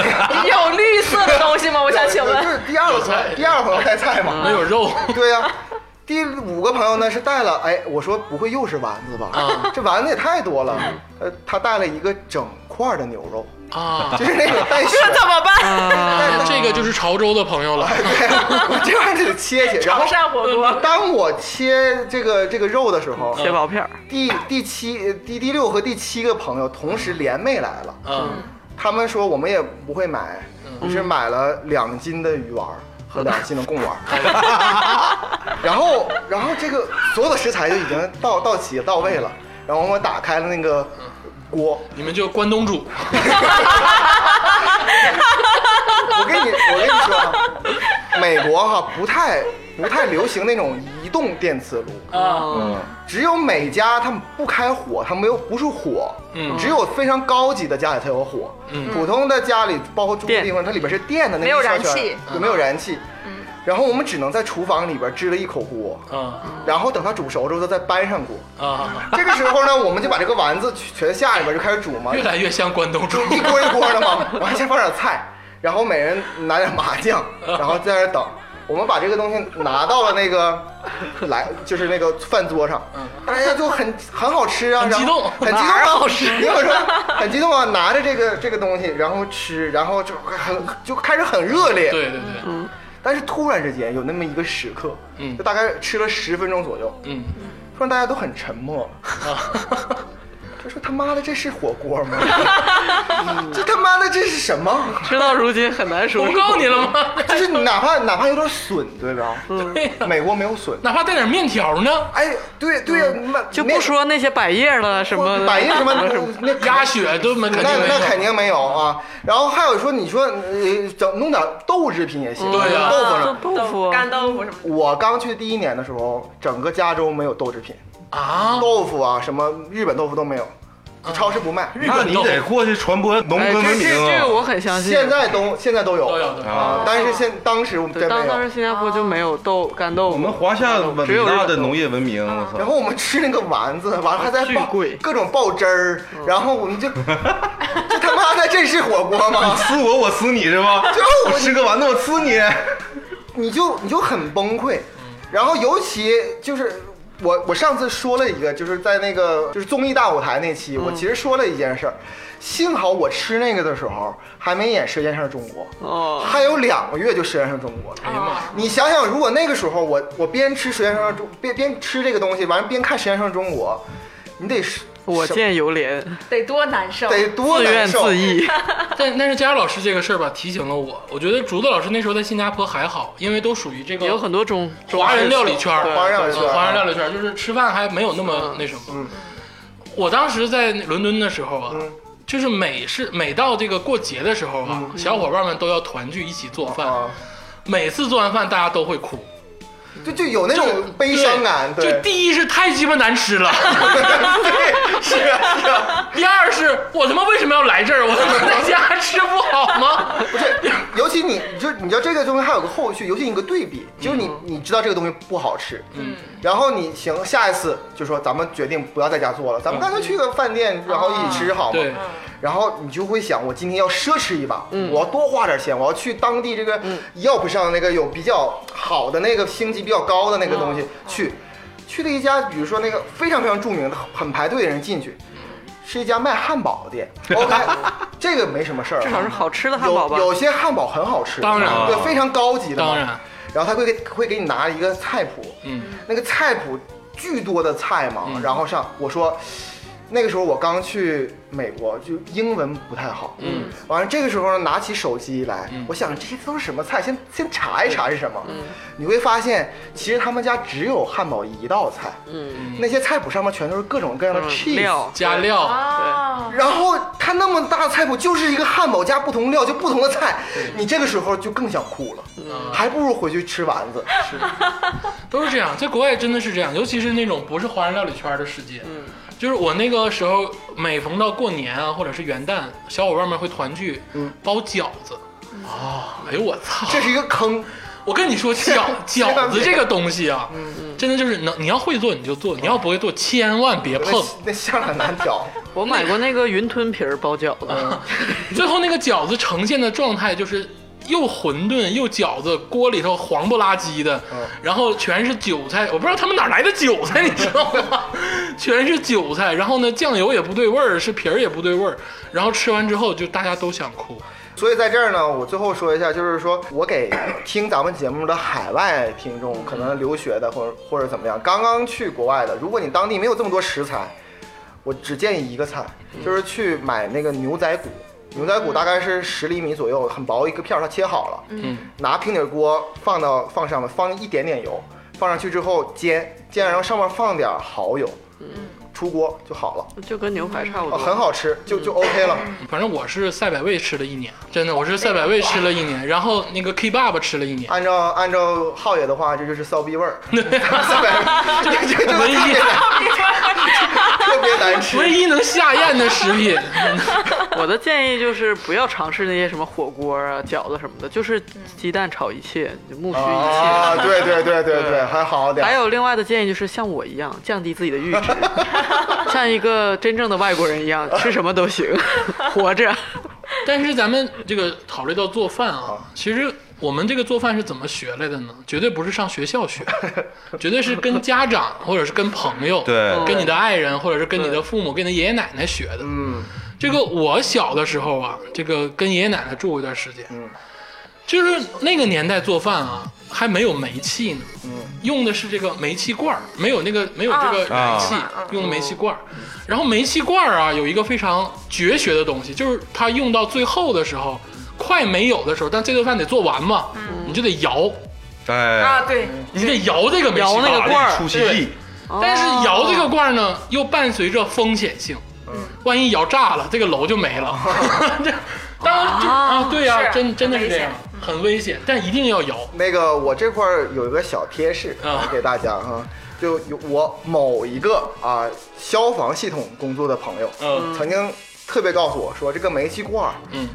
有绿色的东西吗？我想请
就
问，
是第二个朋
有菜
友，第二个朋友带菜
没
嘛。
有肉，
对呀、第五个朋友呢是带了，哎，我说不会又是丸子吧？
啊
这丸子也太多了。呃，他带了一个整块的牛肉，
啊
就，是那个带血。
这怎么办？
啊，
这个就是潮州的朋友了，
我这玩意儿得切切。然后嗯
潮汕火锅，
当我切这个这个肉的时候，
切薄片 儿，
第第七呃第第六和第七个朋友同时联袂来了，
嗯，
他们说我们也不会买，于是买了两斤的鱼丸和两斤的贡丸，然后然后这个所有的食材就已经到到齐到位了，然后我们打开了那个锅，
你们就关东煮，
我跟你我跟你说啊，美国哈、不太不太流行那种移动电磁炉。
啊
嗯，
只有每家他们不开火，他们没有不是火，
嗯
只有非常高级的家里才有火，
嗯
普通的家里包括住的
电
地方，它里边是电的那
没有
一圈
燃
圈
气嗯
对，没有燃气，然后我们只能在厨房里边支了一口锅，
啊
然后等它煮熟之后再搬上锅。
啊，
这个时候呢，我们就把这个丸子全下里边就开始煮嘛
越，来越像关东煮
煮，一锅一锅的 嘛，然后先放点菜，然后每人拿点麻酱， 然后在那儿等。我们把这个东西拿到了那个来，就是那个饭桌上，大家就很很好吃啊，
嗯很激
然后
动
很激动
哪
啊，
儿好吃
你我说很激动啊，拿着这个这个东西，然后吃，然后就很就开始很热烈，
对对对，
但是突然之间有那么一个时刻，
嗯
就大概吃了十分钟左右，
嗯啊
突然大家都很沉默，就 说他妈的这是火锅吗？ 这他妈的这是什么？
事到如今很难说
我。告诉你了吗？
就是哪怕哪怕有点笋，对吧？
对呀，
美国没有笋。
哪怕带点面条呢，
哎，对对呀，
嗯
那
就不说那些百叶了什么的，
百叶什 么那
鸭血都没肯定
那
没
那肯
有，
定没有啊。然后还有说，你说呃，整弄点豆制品也行，
对呀
豆腐
做
呢？
豆腐
干豆腐什么的，
我刚去第一年的时候，整个加州没有豆制品，
啊，
豆腐啊，什么日本豆腐都没有，就超市不卖。
那你得过去传播 农
哎，
耕
这
文明
这这个
啊。
我很相信。
现在都现在都有
都有都有
啊，但是现当时我们
对
真
当
没
当
有
时。新加坡就没有
哦
豆干豆
我们
腐，
华夏
只
伟
有日
大
本
的
豆
农业文明，我操！
然后我们吃那个丸子，完了还在
巨
爆
贵嗯
各种爆汁儿，然后我们 就这他妈的这是火锅
嗯
吗？
撕我，我撕你是 吧？
就
我吃个丸子，我撕你。
你就你就很崩溃，
嗯
然后尤其就是。我我上次说了一个，就是在那个就是综艺大舞台那
嗯
期，我其实说了一件事儿，幸好我吃那个的时候还没演《舌尖上的中国》，
哦，
还有两个月就《舌尖上的中国》了。
哎呀妈，
你想想，如果那个时候我我边吃《舌尖上的中》边边吃这个东西，完了边看《舌尖上的中国》，你得是
我
什
见犹怜，
得多难受。
得多
自怨
难受。
自艾。
但但是佳老师这个事儿吧，提醒了我，我觉得竹子老师那时候在新加坡还好，因为都属于这个
也有很多种
华人料理圈儿，
对华人料理圈儿嗯
嗯华人料理圈儿就是吃饭还没有那么那什么。我当时在伦敦的时候啊，
嗯
就是每是每到这个过节的时候啊，
嗯
小伙伴们都要团聚一起做饭，
啊，
每次做完饭大家都会哭，
就就有那
就
种悲伤感，
对就
对，
第一是太鸡巴难吃了，
对是啊是啊，
第二是我他妈为什么要来这儿？我他妈在家吃不好吗？
不是，尤其你你就你知道这个东西还有个后续，尤其你有个对比，就是你你知道这个东西不好吃，嗯，然后你行下一次就说咱们决定不要在家做了，咱们干脆去个饭店，然后一起吃好吗？
对，
然后你就会想，我今天要奢侈一把，我要多花点钱，我要去当地这个 Yelp 上那个有比较好的那个星级比较高的那个东西、去，去了一家，比如说那个非常非常著名的，很排队的人进去，是一家卖汉堡的店。OK，这个没什么事儿啊，
至少是好吃的汉堡吧
有。有些汉堡很好吃，
当然
对，非常高级的嘛。
当然，
然后他会给会给你拿一个菜谱，
嗯，
那个菜谱巨多的菜嘛，然后上我说，那个时候我刚去美国，就英文不太好。嗯，完了这个时候呢，拿起手机来，
嗯
我想这些都是什么菜，先先查一查是什么。嗯，你会发现其实他们家只有汉堡一道菜。嗯，那些菜谱上面全都是各种各样的 cheese。
嗯料
加料，
哦
啊，
然后它那么大的菜谱就是一个汉堡加不同料就不同的菜，你这个时候就更想哭了，还不如回去吃丸子。
都是这样，在国外真的是这样，尤其是那种不是华人料理圈的世界。嗯，就是我那个时候，每逢到过年啊，或者是元旦，小伙伴们会团聚，
嗯
包饺子。啊、哎呦我操！
这是一个坑，
我跟你说，饺
千万
饺子
别
这个东西啊，真的就是能你要会做你就做，你要不会做千万别
那
碰。
那馅儿很难调。
我买过那个云吞皮儿包饺
嗯
子，
最后那个饺子呈现的状态就是又馄饨又饺子，锅里头黄不拉几的，然后全是韭菜，我不知道他们哪来的韭菜，你知道吗？全是韭菜，然后呢酱油也不对味儿，是皮儿也不对味儿，然后吃完之后就大家都想哭。
所以在这儿呢，我最后说一下，就是说我给听咱们节目的海外听众，可能留学的或者或者怎么样，刚刚去国外的，如果你当地没有这么多食材，我只建议一个菜，就是去买那个牛仔骨。牛仔骨大概是十厘米左右，很薄一个片儿，它切好了。
嗯，
拿平底锅放到放上面，放一点点油，放上去之后煎，煎然后上面放点蚝油，嗯，出锅就好了，
就跟牛排差不
啊，
多。
很好吃，就就 OK 了。
反正我是赛百味吃了一年，真的，我是赛百味吃了一年，然后那个 K 爸爸吃了一年。
按照按照浩爷的话，这就是骚逼味 儿，这这这
唯一
特别难
唯
吃。
一能下咽的食品，
我的建议就是不要尝试那些什么火锅啊、饺子什么的，就是鸡蛋炒一切，就木须一切。
啊，对对对对对，啊
对
还好点。
还有另外的建议就是像我一样，降低自己的阈值， 像一个真正的外国人一样，吃什么都行， 活着。
但是咱们这个考虑到做饭啊，其实我们这个做饭是怎么学来的呢？绝对不是上学校学，绝对是跟家长或者是跟朋友，
对
跟你的爱人或者是跟你的父母、跟你的爷爷奶奶学的。
嗯，
这个我小的时候啊，这个跟爷爷奶奶住过一段时间，就是那个年代做饭啊，还没有煤气呢，用的是这个煤气罐儿，没有那个没有这个燃
啊
气，用的煤气罐儿。然后煤气罐儿啊，有一个非常绝学的东西，就是它用到最后的时候，快没有的时候，但这顿饭得做完嘛，你就得摇，
哎
啊，，对，
你得嗯摇这个煤气
摇
罐
那个
儿
大。
罐儿
力出奇 迹，
但是摇这个罐儿呢，又伴随着风险性，万一摇炸了，这个楼就没了。 这当然这啊，对呀、
是
真真的是
很危
这样
险，
很危险，但一定要摇。
那个我这块儿有一个小贴士
啊
给大家哈，就有我某一个啊消防系统工作的朋友，
啊
嗯
曾经特别告诉我说，这个煤气罐儿，
嗯，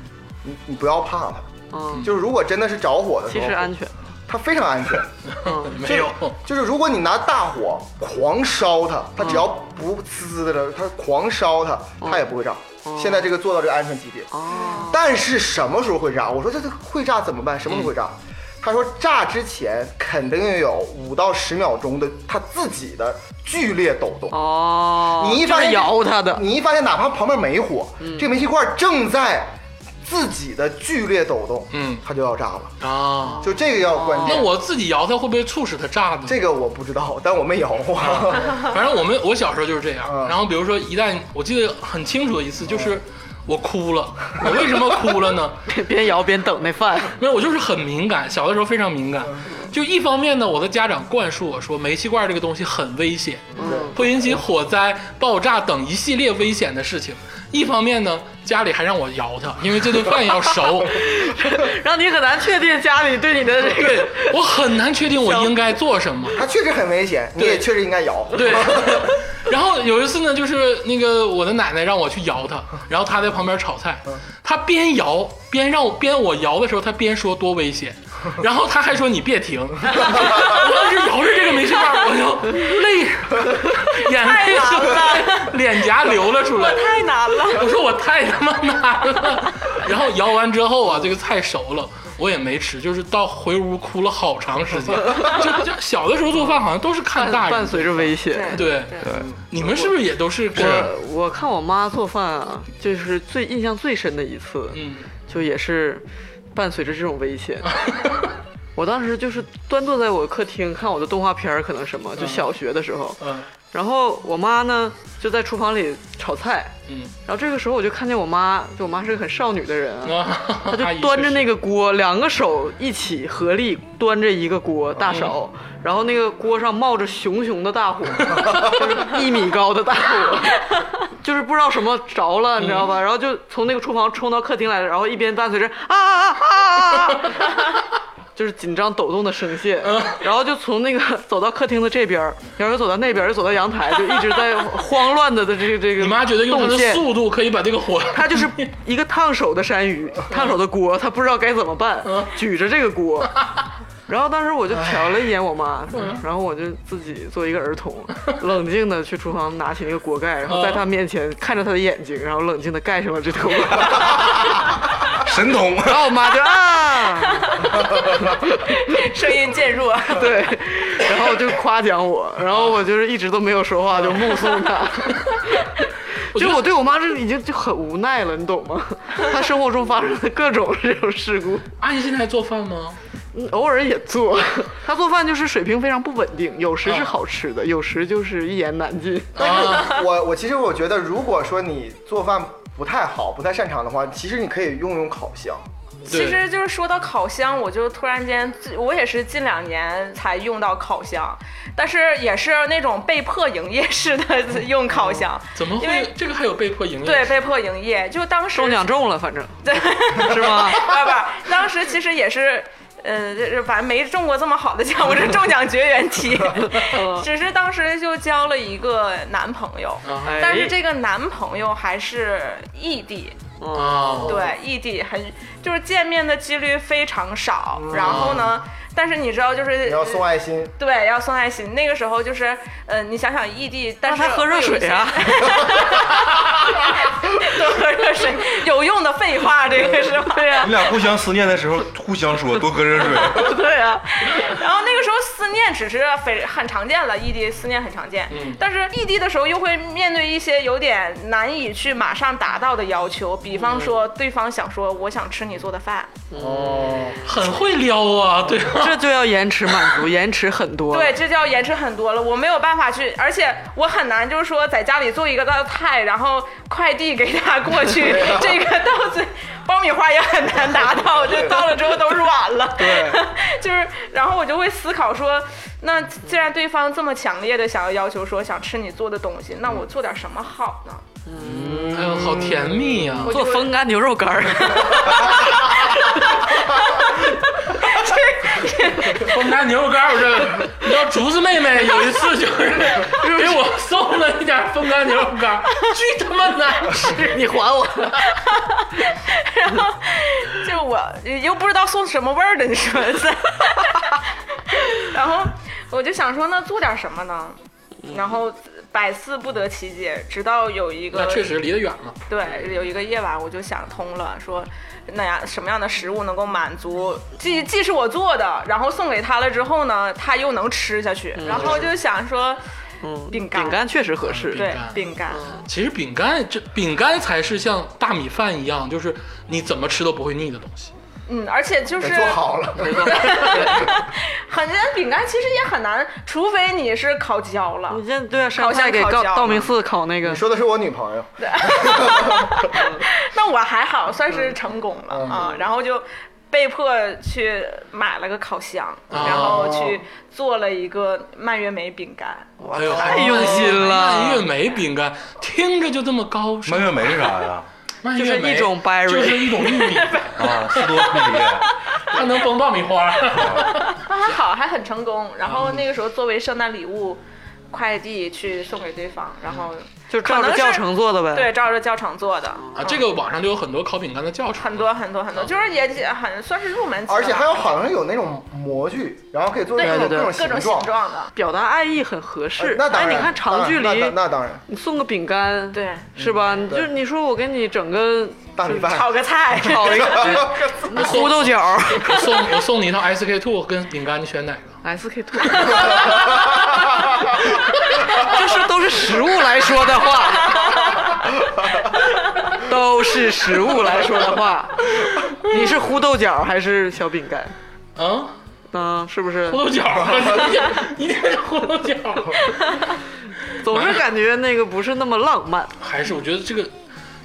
你你不要怕它，
嗯，
就是如果真的是着火的时
其
候，
实安全。
它非常安全。
嗯，
没有。
就是如果你拿大火狂烧它，它只要不滋滋的，它狂烧它，它也不会炸。现在这个做到这个安全级别，
嗯哦，
但是什么时候会炸？我说这这会炸怎么办？什么时候会炸？
嗯
他说炸之前肯定有五到十秒钟的它自己的剧烈抖动。
哦，
你一
就
发
是
现
摇它 的，嗯
你一发现哪怕旁边没火，这煤气罐正在自己的剧烈抖动，
嗯
它就要炸了。
啊，
就这个要关
那
哦
键。
我自己摇它会不会促使它炸呢？
这个我不知道，但我没 有。
反正我们我小时候就是这样。
嗯
然后比如说，一旦我记得很清楚的一次就是。我哭了，我为什么哭了呢？
边摇边等那饭。
没有，我就是很敏感，小的时候非常敏感。就一方面呢，我的家长灌输我说煤气罐这个东西很危险，会引起火灾、爆炸等一系列危险的事情。一方面呢，家里还让我摇它，因为这顿饭要熟，
让你很难确定家里对你的这个
对我很难确定我应该做什么。
它确实很危险，你也
对
确实应该摇。
对，然后有一次呢，就是那个我的奶奶让我去摇她，然后她在旁边炒菜，
嗯
她边摇边让我边我摇的时候，她边说多危 险，然后她还说你别停， 我当时摇着这个煤气罐，我就 泪，眼泪就 脸颊流了出来，
太难了。
我说我太他妈难了。然后摇完之后啊，这个菜熟了，我也没吃，就是到回屋哭了好长时间。就就小的时候做饭好像都是看大
伴
人，
随着危险。
对对，你们是不是也都是跟
我我看我妈做饭啊，就是最印象最深的一次，
嗯
就也是伴随着这种危险。我当时就是端坐在我客厅看我的动画片儿，可能什么，就小学的时候。
嗯
然后我妈呢就在厨房里炒菜，
嗯
然后这个时候我就看见我妈，就我妈是个很少女的人啊，
啊，
她就端着那个锅，两个手一起合力端着一个锅大
哦
勺，然后那个锅上冒着熊熊 的大火，就是一米高的大火，就是不知道什么着了，你知道吧？
嗯
然后就从那个厨房冲到客厅来了，然后一边伴随着啊啊啊啊啊啊，就是紧张抖动的声线，
嗯
然后就从那个走到客厅的这边儿，然后又走到那边儿，又走到阳台，就一直在慌乱的的这个这个。
你妈觉得用她
动
的
线。
速度可以把这个火，
他就是一个烫手的山芋，烫手的锅，他不知道该怎么办，举着这个锅。然后当时我就瞟了一眼我妈，然后我就自己作为一个儿童， 冷静的去厨房拿起那个锅盖，然后在她面前看着她的眼睛，然后冷静的盖上了这头锅。
神 童，
然后我妈就啊，
声音渐弱。
对，然后就夸奖我，然后我就是一直都没有说话，就目送她。就我对我妈这已经就很无奈了，你懂吗？她生活中发生的各种这种事故，
阿姨现在还做饭吗？
嗯偶尔也做， 他做饭就是水平非常不稳定，有时是好吃的，有时就是一言难尽。
但是我我其实我觉得，如果说你做饭不太好、不太擅长的话，其实你可以用用烤箱。
对
其实就是说到烤箱，我就突然间，我也是近两年才用到烤箱，但是也是那种被迫营业式的 用烤箱。
哦
怎么
因
会
为
这个还有被迫营业？
对，，被迫营业，就当时
中奖中了，反正对，是吗？
不是不是，当时其实也是。嗯，这这反正没中过这么好的奖，我是中奖绝缘 体，
哦
只是当时就交了一个男朋友，
啊
哎
但是这个男朋友还是异地，
啊，
对，异地很就是见面的几率非常少。然后呢，但是你知道，就是
嗯你要送爱心，
对，要送爱心。那个时候就是，呃，你想想异地，但
让
是
他喝热水 啊，
多喝热水，有用的废话，这个是吧？对呀、
你俩互相思念的时候，互相说多喝热 水。
对呀、然后那个时候思念只是非很常见了，异地思念很常见。
嗯
但是异地的时候又会面对一些有点难以去马上达到的要求，比方
嗯
说对方想说我想吃你做的饭，
很会撩啊，对啊，
这就要延迟满足，延迟很多。
对，，这就要延迟很多了。我没有办法去，而且我很难就是说在家里做一个道菜，然后快递给他过去，这个到最爆米花也很难达到，就到了之后都软了。对， 就是，然后我就会思考说，那既然对方这么强烈的想要要求说想吃你做的东西，那我做点什么好呢？
嗯
哎呦，好甜蜜啊呀、
做风干牛肉干儿，
我们家牛肉干儿，我这 你知道竹子妹妹有一次就是给我送了一点风干牛肉干 儿，巨他妈难吃！
你还我。
然后 就我又不知道送什么味儿的，你 说是？然后我就想说，那做点什么呢？然后百思不得其解，直到有一
那
个
确实离得远嘛，
对有一个夜晚，我就想通了，说那样什么样的食物能够满足，既既是我做的，然后送给他了之后呢，他又能吃下去，然后就想说
嗯，
饼干
饼干确实合适。
对
干
饼干，
其实饼干这饼干才是像大米饭一样，就是你怎么吃都不会腻的东西。
嗯，而且就
得
是
做好了。
很多饼干其实也很难，除非你是烤焦了
你。现在对啊，上菜给
烤
告
箱烤
道明寺烤那
你
个，
说的是我女朋友，
那我还好，算是成功了、
嗯
啊。然后就被迫去买了个烤箱，然后去做了一个蔓越莓饼干。
哎呦，
太用心了
蔓越莓饼干听着就这么高
蔓
尚，
越莓是啥呀？
蔓
就
越
是
莓
一种 berry
就是一种玉 米，
啊，士多啤梨。
它能崩爆米 花。
那还好，还很成功。然后那个时候作为圣诞礼物，快递去送给对方，然后
就照
可
着
能是
教程做的呗。
对，照着教程做的。嗯
啊，这个网上就有很多烤饼干的教程，
很多很多很多，就是也也很算是入门级的吧，
而且还有好像有那种模具，然后可以做成
对
各种
各种形
状。
状的，
表达爱意很合适
呃。那当然，
哎，你看长距
那
离
那，那当然，
你送个饼干，
对，
是吧？你就你说我给你整个
大米饭。
炒个菜，
烤一 个
送
胡豆角儿。
我送我送你一套 SK two 跟饼干，你选哪个？
SK two，这是都是食物来说 的话，都是食物来说的话。你是糊豆角还是小饼干？
啊，
啊，是不是
葫？芦角 啊，一定一定是葫芦角。
总是感觉那个不是那么浪漫。
还是我觉得这个，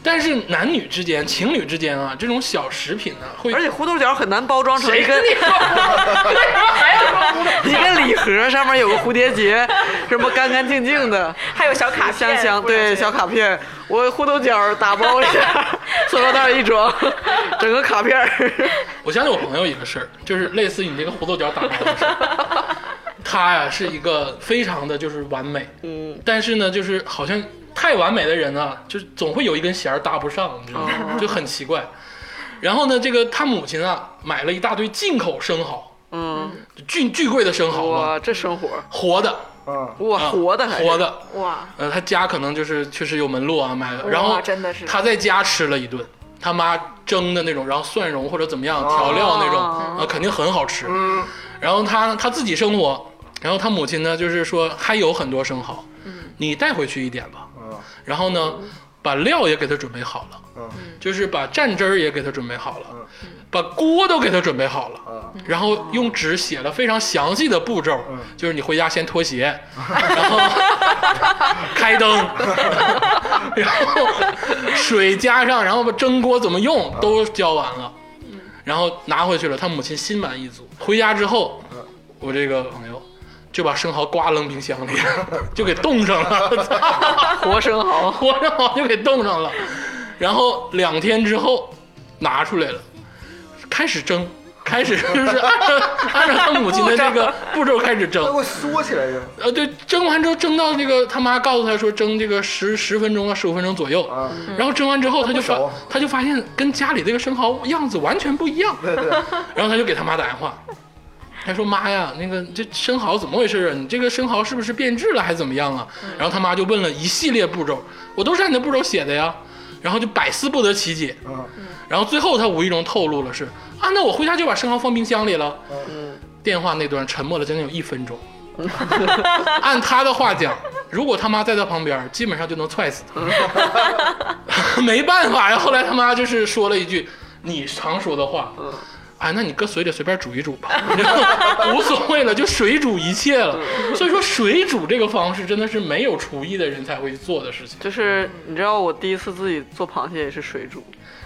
但是男女之间、情侣之间啊，这种小食品呢、会
而且胡豆角很难包装成一
谁
个
跟你说葫芦？为什么还要说葫芦
一
角？
个礼盒，上面有个蝴蝶结，什么干干净净的，
还有小卡片，
香香，
不知道
对
这
小卡片，我胡豆角打包一下， 塑料袋一装，整个卡 片儿。
我想起我朋友一个事儿，就是类似于你这个葫芦角打包的事儿。 他呀是一个非常的就是完美，
嗯，
但是呢，就是好像太完美的人啊，就是总会有一根弦儿搭不上，你知道
哦
吗？就很奇怪。然后呢，这个他母亲啊买了一大堆进口生蚝，
嗯，
巨巨贵的生蚝啊，
哇，这生活，
活的，
嗯，
哇，
啊
活的还是
活，的，
哇，
呃，他家可能就是确实有门路啊，买的，
哇
然后
真的是
他在家吃了一顿，他妈蒸的那种，然后蒜蓉或者怎么样调料那种，
哦
啊，肯定很好吃。然后他他自己生活，然后他母亲呢就是说还有很多生蚝，你带回去一点吧。
嗯
然后呢，把料也给他准备好了，
嗯
就是把蘸汁儿也给他准备好了，把锅都给他准备好了。
嗯
然后用纸写了非常详细的步骤，就是你回家先脱鞋，然后开灯，然后水加上，然后把蒸锅怎么用都教完了，然后拿回去了，他母亲心满意足。回家之后，我这个朋友就把生蚝刮扔冰箱里，就给冻上了，
活生蚝，
活生蚝就给冻上了，然后两天之后拿出来了，开始蒸。开始就是按照按照他母亲的那个步骤开始蒸
那，我缩起来就
呃，对，蒸完之后蒸到这个他妈告诉他说蒸这个十十分钟到十五分钟左右，
啊，
然后蒸完之后他就
不熟
发他就发现跟家里这个生蚝样子完全不一样，
对对，
然后他就给他妈打电话，他说妈呀，那个这生蚝怎么回事啊？你这个生蚝是不是变质了还是怎么样啊？
嗯
然后他妈就问了一系列步骤，我都是按你的步骤写的呀，然后就百思不得其解，
嗯
然后最后他无意中透露了是啊，那我回家就把生蚝放冰箱里了。电话那端沉默了将近有一分钟。 按他的话讲，如果他妈在他旁边，基本上就能踹死他。 没办法呀，后来他妈就是说了一句你常说的话，啊，那你搁水里随便煮一煮吧， 无所谓了，就水煮一切了。所以说，水煮这个方式真的是没有厨艺的人才会做的事情。
就是你知道我第一次自己做螃蟹也是水煮，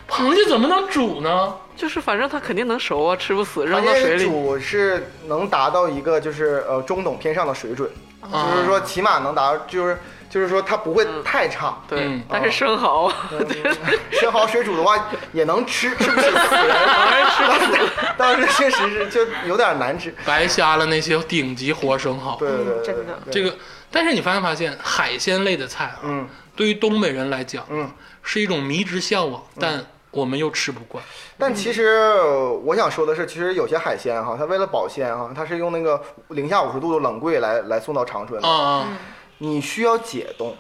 螃蟹怎么能煮呢？
就是反正它肯定能熟啊，吃不死，扔
螃
到水
蟹
里。
煮是能达到一个就是呃中等偏上的水准，
啊
就是说起码能达，就是就是说它不会太差。
对
嗯，
但是生蚝，
生蚝水煮的话也能吃，吃不吃死人，吃不死。但是确实是就有点难吃。
白瞎了那些顶级活生蚝。
对对对对，
真的
这个，但是你发现发现海鲜类的菜啊，
嗯
对于东北人来讲，
嗯，
是一种迷之向往，但我们又吃不惯。
但其实呃我想说的是，其实有些海鲜哈，它为了保鲜哈，它是用那个零下五十度的冷柜来来送到长春的。
啊
你需要解冻，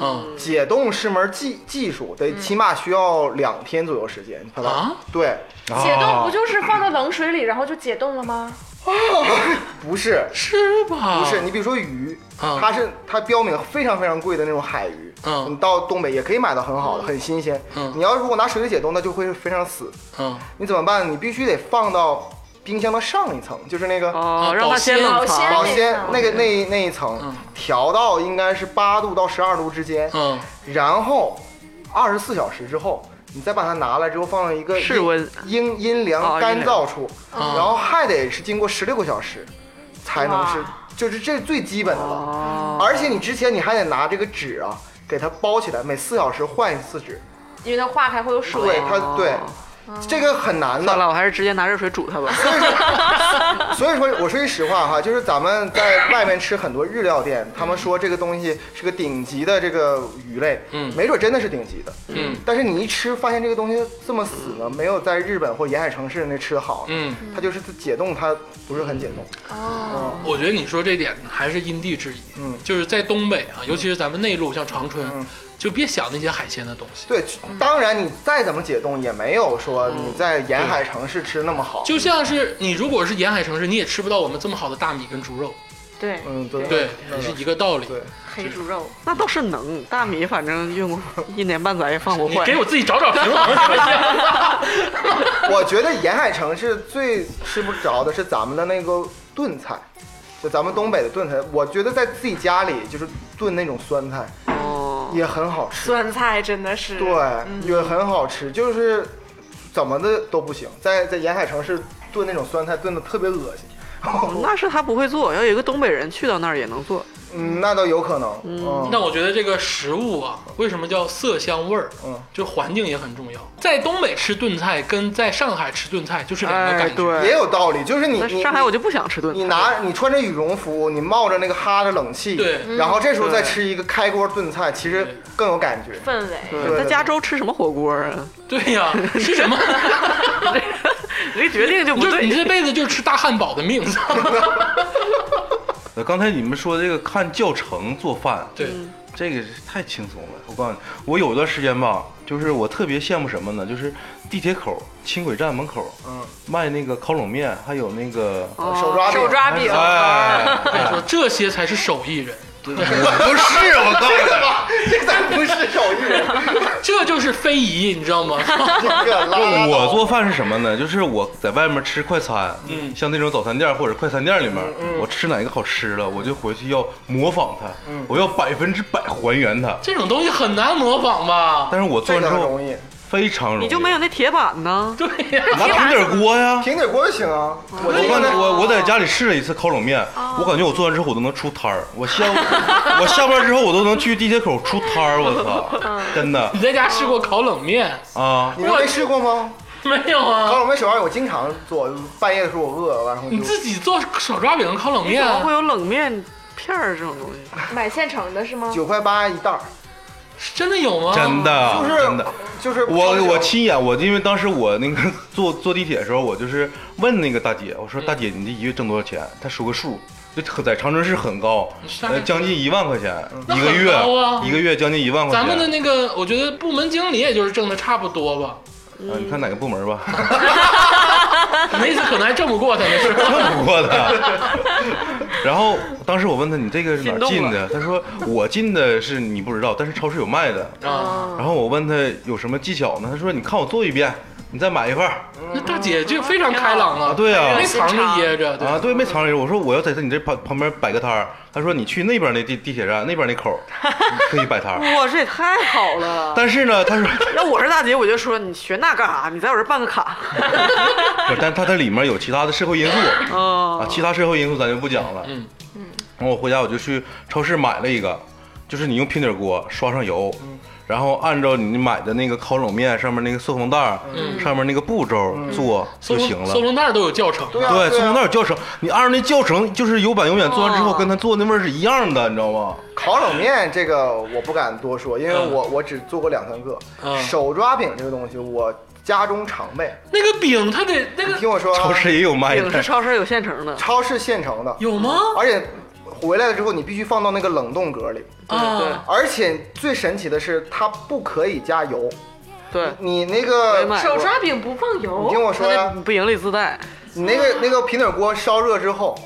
啊啊！
解冻是门技技术，得起码需要两天左右时间。它
啊
对，
解冻
啊
不就是放到冷水里，然后就解冻了吗？
不是。
是
啊
吧？
不是，你比如说鱼，
啊
它是它标明非常非常贵的那种海鱼，
啊
嗯
你到东北也可以买到很好的，很新鲜。
嗯
你要如果拿水里解冻，那就会非常死。
嗯，
你怎么办？你必须得放到冰箱的上一层，就是那个
哦，让它先
保
冷
鲜
藏。
保鲜
那
那个那一那一层
嗯，
调到应该是八度到十二度之间，
嗯，
然后二十四小时之后。你再把它拿来之后，放到一个
室温
阴阴阴
哦
凉
阴
干
凉嗯
燥处，
啊
然后还得是经过十六个小时，才能是
哇，
就是这最基本的了。
哦，
而且你之前你还得拿这个纸啊，给它包起来，每四小时换一次纸。
因为它化开会有水。
对，它对，这个很难
算
的。
了，我还是直接拿热水煮它吧。
所以说， 我说句实话哈，就是咱们在外面吃很多日料店，他们说这个东西是个顶级的这个鱼类，
嗯
没准真的是顶级的，
嗯，
但是你一吃发现这个东西这么死呢，没有在日本或沿海城市那吃的好，
嗯，
它就是解冻，它不是很解冻，
哦，
我觉得你说这点还是因地制宜。
嗯
就是在东北啊，尤其是咱们内陆，像长春
嗯，
就别想那些海鲜的东西。
对，当然你再怎么解冻也没有说你在沿海城市吃那么好，
就像是你如果是沿海城市，你也吃不到我们这么好的大米跟猪肉。
对，
嗯，对
对，也是一个道理。
对，
黑猪肉，
那倒是能，大米反正用过一年半载也放不
你
坏。
给我自己找找平衡行不 行？
我觉得沿海城市最吃不着的是咱们的那个炖菜，就咱们东北的炖菜。我觉得在自己家里就是炖那种酸菜
哦，
也很好吃，
酸菜真的是
对，也很好吃，就是怎么的都不行。在在沿海城市炖那种酸菜炖的特别恶心。
那是他不会做，要有一个东北人去到那儿也能做。
嗯，那倒有可能。嗯，
那我觉得这个食物啊，为什么叫色香味儿？
嗯，
就环境也很重要。在东北吃炖菜跟在上海吃炖菜就是两个感觉。
哎对
也有道理，就是你
那
你
上海我就不想吃炖
你
菜。
拿你穿着羽绒服，你冒着那个哈着冷气，
对
然后这时候再
对
吃一个开锅炖菜，其实
对
更有感觉。
氛围。
对对
对，在加州吃什么火锅啊？
对呀、吃什么？
你这决定就
你
不
就你
对。
这辈子就吃大汉堡的命。
呃刚才你们说这个看教程做饭，
对，
这个是太轻松了。我告诉你，我有一段时间吧，就是我特别羡慕什么呢？就是地铁口、轻轨站门口
嗯，
卖那个烤冷面，还有那个
哦
手抓饼
手抓饼，
哎，
我跟你说，这些才是手艺人，
不是我告诉
这咱不是手艺人，
这就是非遗，你知道吗？
这个拉
你，
拉
我
倒
做饭是什么呢？就是我在外面吃快餐，
嗯
像那种早餐店或者快餐店里面，我吃哪个好吃了，我就回去要模仿它，我要百分之百还原它。
这种东西很难模仿吧？
但是我
这
做完
个
之
很
后
容易，
非常容易，
你就没有那铁板呢？
对呀、
拿平底锅呀？
平底锅就行啊。我
我
就
刚
刚
才
才
我我在家里试了一次烤冷面，
哦
我感觉我做完之后我都能出摊儿。我下我下班之后我都能去地铁口出摊儿，我
嗯
操， 真的
你在家吃过烤冷面
啊！
你们没试过吗？
没有
烤
啊？
冷面手抓饼我经常做，半夜的时候我饿了，然后
你
就
自己做手抓饼、烤冷
你
面啊
怎，么会有冷面片儿这种 东西？
买现成的是吗？
九块八一袋儿，
真的有吗？
真的，
哦
就是
真的，
就是
我我亲眼，我因为当时我那个 坐坐地铁的时候，我就是问那个大姐，我说
嗯
大姐，你这一个月挣多少钱？她说个数，就很在长春市很高，
是啊
呃，将近一万块钱
那
一个
很
月
高啊，
一个月将近一万块
咱
钱。
们的那个，我觉得部门经理也就是挣的差不多吧，
啊你看哪个部门吧，
那次可能还挣不过他 呢，是吧？
看不过他。然后当时我问他，你这个是哪儿进的？他说我进的是你不知道，但是超市有卖的。
哦
啊，
然后我问他有什么技巧呢？他说你看我做一遍，你再买一份儿
那大姐就非常开朗
啊。
了，
对啊
没，藏着掖着，对
啊对，没藏着。我说我要在你这旁旁边摆个摊儿。他说你去那边那地地铁站那边那口儿可以摆摊儿。
哇，这也太好了！
但是呢，他说，
要我是大姐，我就说你学那干啥？你在我这办个卡。
不是但他这里面有其他的社会因素啊
哦，，
其他社会因素咱就不讲了。
嗯
然后我回家我就去超市买了一个，就是你用平底锅刷上油，然后按照你买的那个烤冷面上面那个塑封袋儿、上面那个步骤做
搜
就行了。
搜龙袋都有教程，
对啊
对，塑封袋
啊
儿有教程，你按照那教程，就是有板有眼，做完之后
哦
跟他做那味儿是一样的，你知道吗？
烤冷面这个我不敢多说，因为
嗯
我我只做过两三个
嗯。
手抓饼这个东西我家中常备，
那个饼它得那
你
个
听我说啊，
超市也有卖
影视
的。
超市有现成的。
超市现成的，
有吗？
而且回来了之后你必须放到那个冷冻格里，
啊，
而且最神奇的是它不可以加油，
对，
你那
我也
个
买
手抓饼不放
你听
油，
我
他
说呀、啊
那不盈利自带。
你那个那个平底锅烧热之后，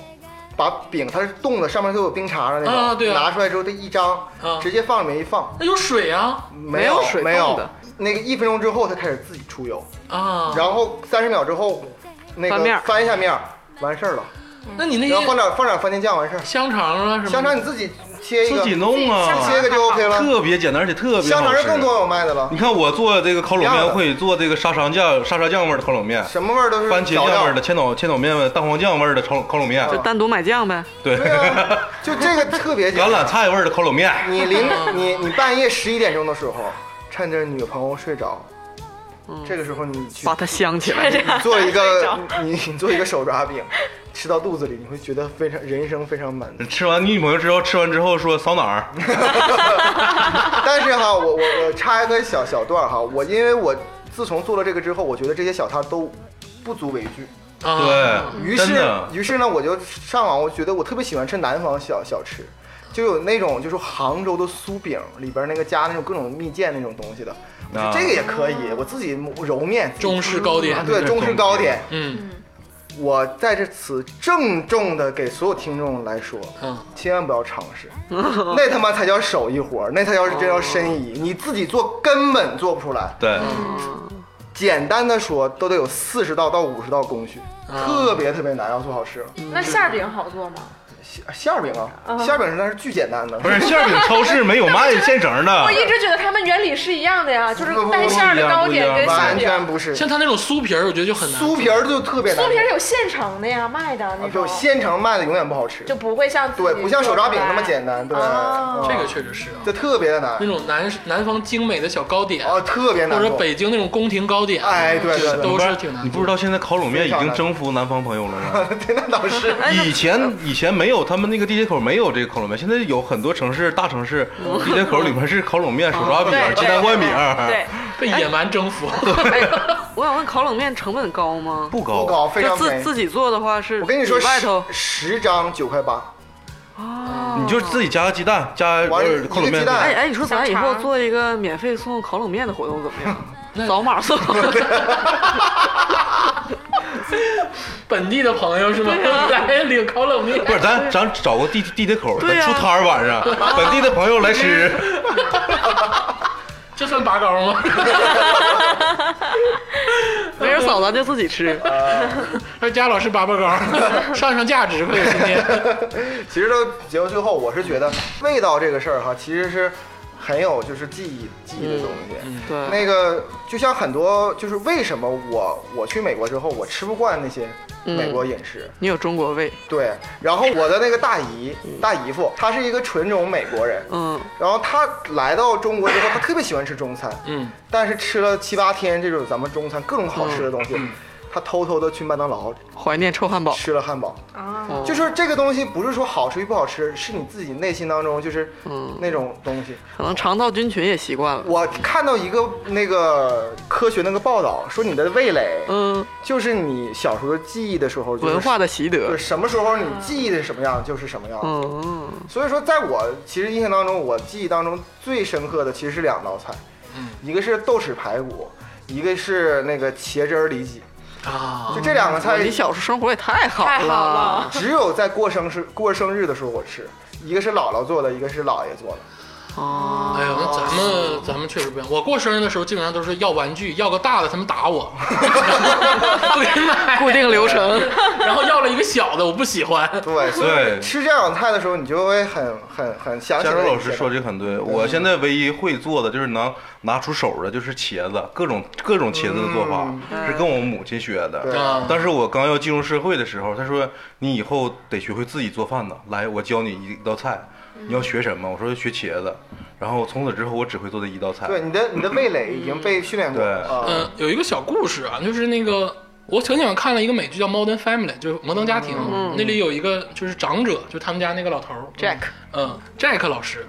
把饼它是冻的，上面都有冰碴的那种，
啊对啊
拿出来之后这一张，
啊
直接放里面一放，
那有水啊
没
有
有
水
没有
冻的
那个一分钟之后它开始自己出油，
啊！
然后三十秒之后，那
翻面
个
儿
翻一下面儿，完事儿了，
那你那
然后放
些
点放点番茄酱完事儿，
香肠啊什么？
香肠你自己切一个，
自己
切
弄啊，
一个就 OK 了，
特别简单，而且特别
香
好
肠
吃
是。更多有卖的了
你，看我做这个烤冷
一样
面，
的
会做这个沙茶酱、沙茶酱味儿的烤冷面，
什么味儿都是
番茄
调
酱
料
味儿的，千岛千岛面味儿、蛋黄酱味儿的烤烤冷面，
就单独买酱呗。
对，
对啊， 就这个特别简
橄榄
单。
菜味儿的烤冷面。
你临你你半夜十一点钟的时候，趁着女朋友睡着，这个时候你去
把它镶起来。
你做 一个你你做一个手抓饼，吃到肚子里，你会觉得非常人生非常满 足。
吃完你女朋友之后，吃完之后说扫哪儿？
但是哈，我我我插一个小小段儿哈，我因为我自从做了这个之后，我觉得这些小摊儿都不足为惧。
啊
对，
于
真
是
的，
于是呢，我就上网，我觉得我特别喜欢吃南方小小吃，就有那种就是杭州的酥饼里边那个加那种各种蜜饯那种东西的，我
啊
说这个也可以，我自己揉面。
中式糕点
啊，对中式糕点，
嗯，
我在这此郑重的给所有听众来说，
嗯，
千万不要尝试，那他妈才叫手艺活儿，那才叫是真叫深艺，你自己做根本做不出来。
对，
简单的说，都得有四十道到五十道工序，
啊
特别特别难，要做好吃了。
那馅儿饼好做吗？
馅馅儿饼
嗯
啊，馅儿饼是那是巨简单的，
不是馅儿饼，超市没有卖现成的
我。一直觉得它们原理是一样的呀，就是
嗯不不不
带馅儿的糕点跟馅
完全
饼，
不是。
像他那种酥皮儿，我觉得就很难。
酥皮儿就特别难
酥
做，
皮儿有现成的呀，卖的
啊
那
就
种，
现成卖的永远不好吃，
就不会像自己
对，不像手抓饼那么简
单。
单，对，
哦
嗯
这个确实是啊，
这特别的难
那，种南南方精美的小糕点，
哦，特别难
或
做。
者北京那种宫廷糕点，啊
哎对对对
都是挺难做的。
你不知道现在烤冷面已经征服南方朋友了吗？
对，那倒是。
哎
以前以前没有，他们那个地铁口没有这个烤冷面，现在有很多城市大城市地铁口里面是烤冷面、手抓饼、
对
鸡蛋灌饼，
啊
对，
被野蛮征 服。
哎我想问，烤冷面成本高吗？
不
哎不
高。
高，非
就
常
自
便宜。
自己做的话是，
我跟你说，
外
十
头
十张九块八，
啊，
你就自己加个鸡蛋，加
完了
呃烤冷
一个
面
鸡蛋
哎哎，你说咱以后
小肠
做一个免费送烤冷面的活动怎么样？扫码 送，
本地的朋友是吗？
啊
来领烤冷面，
不是，咱咱找个地地铁口，咱
对呀
出摊儿晚上，本地的朋友来吃。
这算拔高吗？
没人扫咱就自己吃。
说哎佳老师拔拔高， 上上价值可以今天。
其实都节目最后，我是觉得味道这个事儿哈，其实是很有就是记忆记忆的东
嗯
西。
对，
那个就像很多就是为什么我我去美国之后，我吃不惯那些
嗯
美国饮食，
你有中国味，
对。然后我的那个大姨大姨夫，他是一个纯种美国人，
嗯，
然后他来到中国之后，他特别喜欢吃中餐，
嗯，
但是吃了七八天这种咱们中餐各种好吃的东西，
嗯
他偷偷的去麦当劳
怀念臭汉堡。
吃了汉堡。
啊
哦
就是这个东西不是说好吃与不好吃，是你自己内心当中就是
嗯
那种东西。
可能肠道菌群也习惯了。
我看到一个那个科学那个报道说，你的味蕾
嗯，
就是你小时候记忆的时候、就是、
文化的习
对
得。
什么时候你记忆的什么样就是什么样。
嗯，
所以说，在我其实印象当中，我记忆当中最深刻的其实是两道菜，
嗯
一个是豆豉排骨，一个是那个茄汁儿里脊，
啊
就，这两个菜，
哦你小时候生活也太好
太好了，
只有在过生日过生日的时候我吃，一个是姥姥做的，一个是姥爷做的。
哦，
哎呦，那咱们咱们确实不一样。我过生日的时候，基本上都是要玩具，要个大的，他们打我， 不给买。
固定流程。
然后要了一个小的，我不喜欢。
对，所
对
以吃这两道菜的时候，你就会很很很想起
加
来
州
这
老
些
师说这个很对，
嗯
我现在唯一会做的就是能拿出手的，就是茄子，各种各种茄子的做法、是跟我母亲学的。
嗯对
啊
但是我刚要进入社会的时候，她说你以后得学会自己做饭呢。来，我教你一道菜，
嗯
你要学什么？我说学茄子。然后从此之后，我只会做这一道菜。
对你的你的味蕾已经被训练过
对
啊。
嗯，有一个小故事啊，就是那个我前几晚看了一个美剧叫《Modern Family》，就是《摩登家庭》，那里有一个就是长者，就是他们家那个老头儿
Jack
嗯，Jack 老师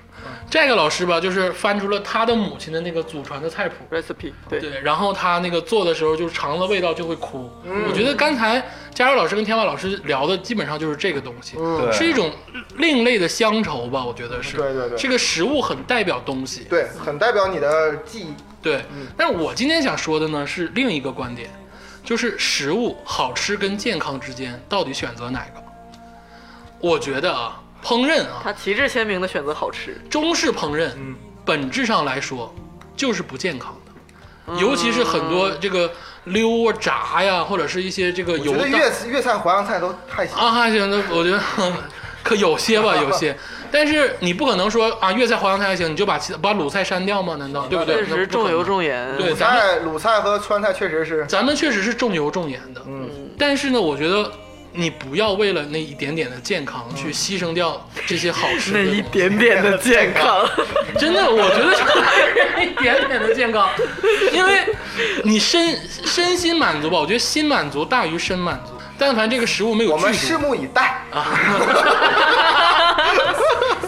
，Jack 老师吧，就是翻出了他的母亲的那个祖传的菜谱，
recipe 对，
对，然后他那个做的时候，就是尝了味道就会哭。
嗯
我觉得刚才佳茹老师跟天霸老师聊的基本上就是这个东西，
对
是一种另类的乡愁吧？我觉得是，
嗯对对对
这个食物很代表东西，
对，很代表你的记忆。
对，
嗯
但是我今天想说的呢是另一个观点，就是食物好吃跟健康之间到底选择哪个？我觉得啊，烹饪啊，
他旗帜鲜明的选择好吃。
中式烹饪，
嗯
本质上来说就是不健康的，
嗯
尤其是很多这个溜啊、炸呀，或者是一些这个
我
油
觉得
炸
粤粤菜、淮扬菜都太行。
啊，行，那我觉 得可有些吧，有些。但是你不可能说啊，粤菜、淮扬菜还行，你就把其把鲁菜删掉吗？难道对不对？
嗯确实重油重盐。
对，咱们
菜、鲁菜和川菜确实是，
咱们确实是重油重盐的，嗯，但是呢，我觉得你不要为了那一点点的健康去牺牲掉这些好吃的
嗯那
东
一
西。
点点的健康，
真的，我觉得是一点点的健康，因为你身身心满足吧，我觉得心满足大于身满足。但凡这个啊食物没有
我
剧
们
毒
拭目以待。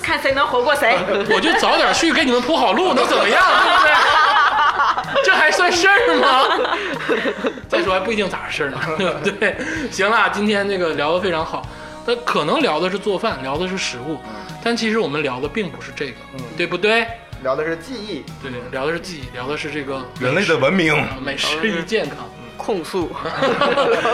看谁能活过 谁。
我就早点去给你们铺好路，能怎么样？对不对？这还算事儿吗？再说还不一定咋事儿呢，对 不对？行了，今天这个聊得非常好，那可能聊的是做饭，聊的是食物，但其实我们聊的并不是这个，对不对？
聊的是记忆，
对，聊的是记忆，聊的是这个
人类的文明。
美食与健康。
控诉，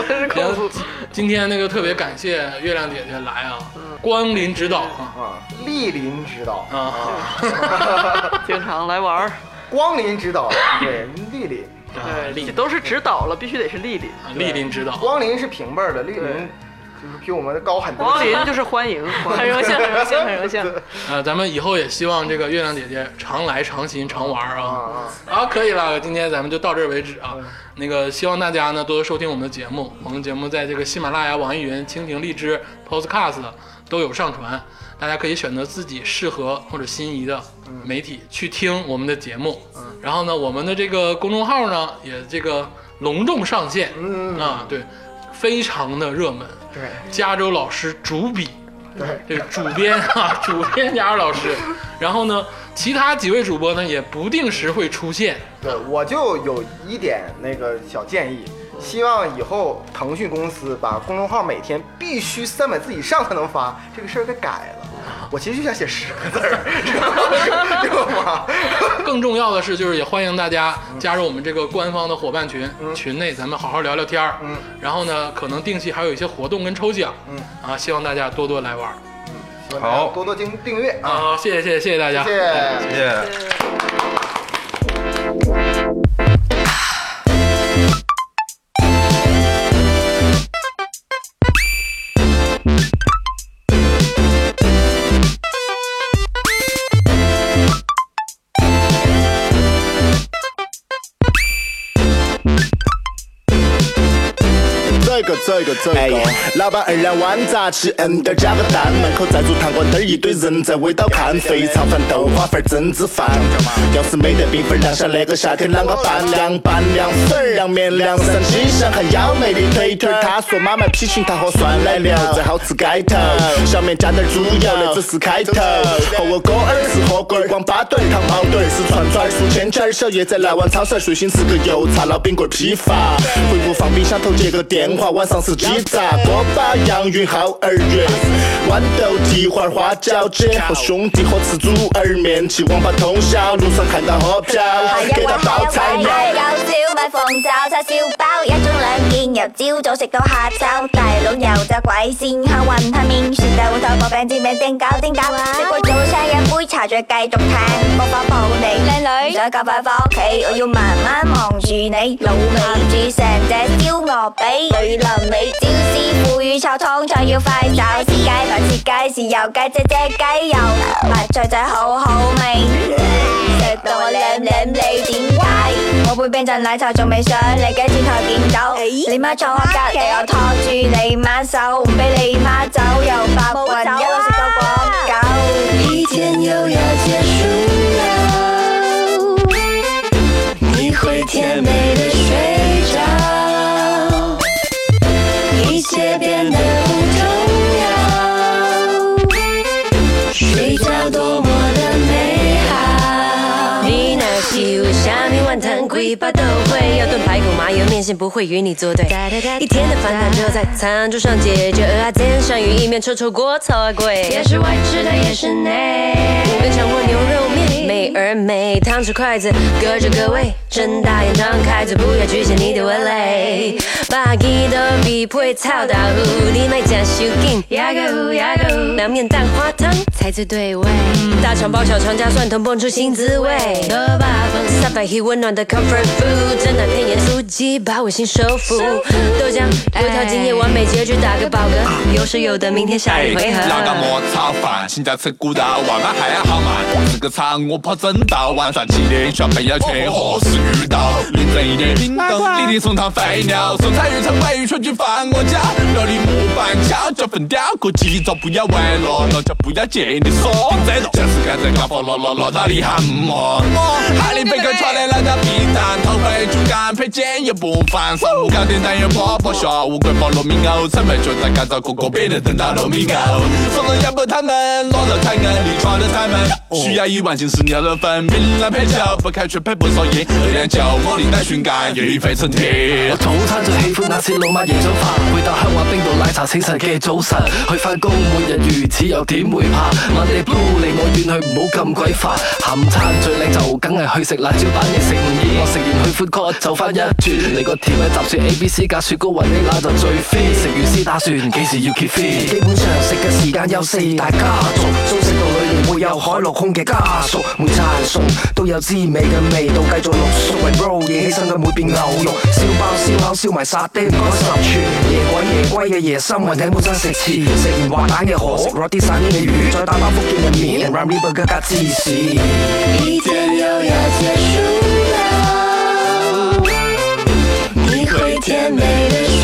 真是控诉。
今今天那个特别感谢月亮姐姐来啊，
嗯
光临指导啊
啊，莅临指导，
啊，
经常来玩儿，
光临指 导，对，莅临，
啊莅
对，都是指导了，必须得是丽丽。
莅临指导，
光临是平辈儿的，莅临
对
就是比我们高很多
王。林 就是欢迎，
很
欢迎
荣幸，很荣幸，很荣幸。
啊，咱们以后也希望这个月亮姐姐常来常新常玩儿
啊
啊。
啊，
啊，可以了，今天咱们就到这儿为止
嗯
啊。那个希望大家呢多多收听我们的节目，我们节目在这个喜马拉雅、网易云、蜻蜓、荔枝、Podcast 都有上传，大家可以选择自己适合或者心仪的
嗯
媒体去听我们的节目。然后呢，我们的这个公众号呢也这个隆重上线，
嗯
啊，对，非常的热门。
对
加州老师主笔，
对，
这个主编啊， 主编加州老师。然后呢，其他几位主播呢也不定时会出现。
对，我就有一点那个小建议，希望以后腾讯公司把公众号每天必须三百字以上才能发这个事儿给改了。我其实就想写十个字儿， 知道吗？
更重要的是，就是也欢迎大家加入我们这个官方的伙伴群，群内咱们好好聊聊天儿。
嗯，
然后呢，可能定期还有一些活动跟抽奖。
嗯，
啊，希望大家多多来玩儿。
希望大家
好
多多订订阅啊，
啊，谢谢谢谢谢谢大家，
谢谢。
谢谢。
这个这个这个。老板二两碗杂吃，嗯点加个蛋。门口在煮糖瓜灯，一堆人在围到看。肥肠饭、豆花粉、蒸子饭。要是没得冰粉，凉上那个夏天啷个办？凉拌凉粉、凉面、凉三鸡上，还幺妹的腿腿儿。她说妈卖批评她喝酸奶牛，在好吃街头。小面加点猪油，那只是开头。和我哥儿是火锅儿，逛巴顿烫毛墩儿，是串串儿，数千圈儿。小叶在南湾超市，随心吃个油炸老冰棍儿批发。回屋放冰箱头接个电话，晚上是鸡杂、锅巴、洋芋、耗儿圆、豌豆、蹄花、花椒煎。和兄弟伙吃猪儿面，去网吧通宵，路上看到喝飘，给他包菜鸟。
有烧賣鳳爪叉燒包，一盅兩件，由朝早食到下晝。大佬油炸鬼鮮蝦雲吞麵，薯仔碗湯薄餅煎餅蒸餃煎餃。食過早餐飲杯茶，再繼續聽魔法布你靚女，唔想咁快翻屋企，我要慢慢望住你。老味煮成隻燒鵝髀，對淋尾椒絲腐乳炒湯菜要快手，切雞排切雞豉油雞隻隻雞油，白菜仔好好味。食到我舐舐你，點解？我杯冰鎮奶茶仲未上嚟嘅，轉頭見到你媽坐我隔離，我拖住你媽手，唔俾你媽走，又白雲一路食到廣九。一天又要結束了，你會甜美的睡着，一切變得不重要。睡觉多么的美好。
你那西湖下面碗汤鬼巴都会，要炖排骨麻油面线不会与你作对。一天的烦恼就在餐桌上解决，蚵仔煎、鳝鱼意面、臭臭锅、草啊贵，也是外吃的，也是内。无边肠或牛肉面，美而美，汤匙筷子隔着个位，睁大眼张开嘴，不要局限你的味蕾。把鸡的匹配炒豆腐，你买加手劲，呀个呼呀个呼，凉面蛋花汤才最对味。大肠包小肠加蒜头，蹦出新滋味。多巴胺三百 heat 温暖的 comfort food，真的片盐酥鸡把我心收服。豆浆油条今夜完美结局，打个饱嗝，有舍有得，明天下一回合。
那个莫炒饭，请假吃古道，外卖还好卖。这个场我跑真到，晚上七点小朋友去何时遇到？凌晨一点叮当，李李送汤飞鸟，送菜鱼肠白鱼全去放我家。料理模板敲叫粉雕，过几招不要玩了，那就不要见你说。这种像是干在干活落落落到你喊我，哈里贝克炒的那个皮蛋，头盔猪肝配煎也不放，上午搞点蛋油饽饽，下午桂包糯米藕，成本就在干燥锅锅边的等到糯米藕。送人要不他们落到菜根里穿的菜们，需要一碗金丝牛肉粉，槟榔配酒，不开却配不少盐，二两酒，茉莉带熏干，夜雨飞成天
我。早餐最喜歡那次老媽椰汁飯，配搭香滑冰凍奶茶，醒神嘅早晨。去返工每日如此又點會怕？Monday Blue 離我遠轉去，唔好咁鬼煩。鹹餐最靚就梗係去食辣椒版嘢，食唔厭。我食完去 food court 就翻一轉，嚟個甜品集算 A B C 加雪糕雲呢拿就最 fit。食完先打算幾時要 keep fit。基本上食嘅時間有四大家族，中式到裏面會有海陸空嘅家屬，每餐餸都有滋味嘅味道，繼續綠熟為 bro 嘢起身嘅每片牛肉，燒包燒烤燒埋沙爹，唔該十串。夜鬼夜歸嘅夜深，雲頂本身食翅，食完滑蛋嘅河，食落啲散啲嘅魚，再打包福建嘅面，round river 嘅加芝士。
一天又要结束了，你会甜美的。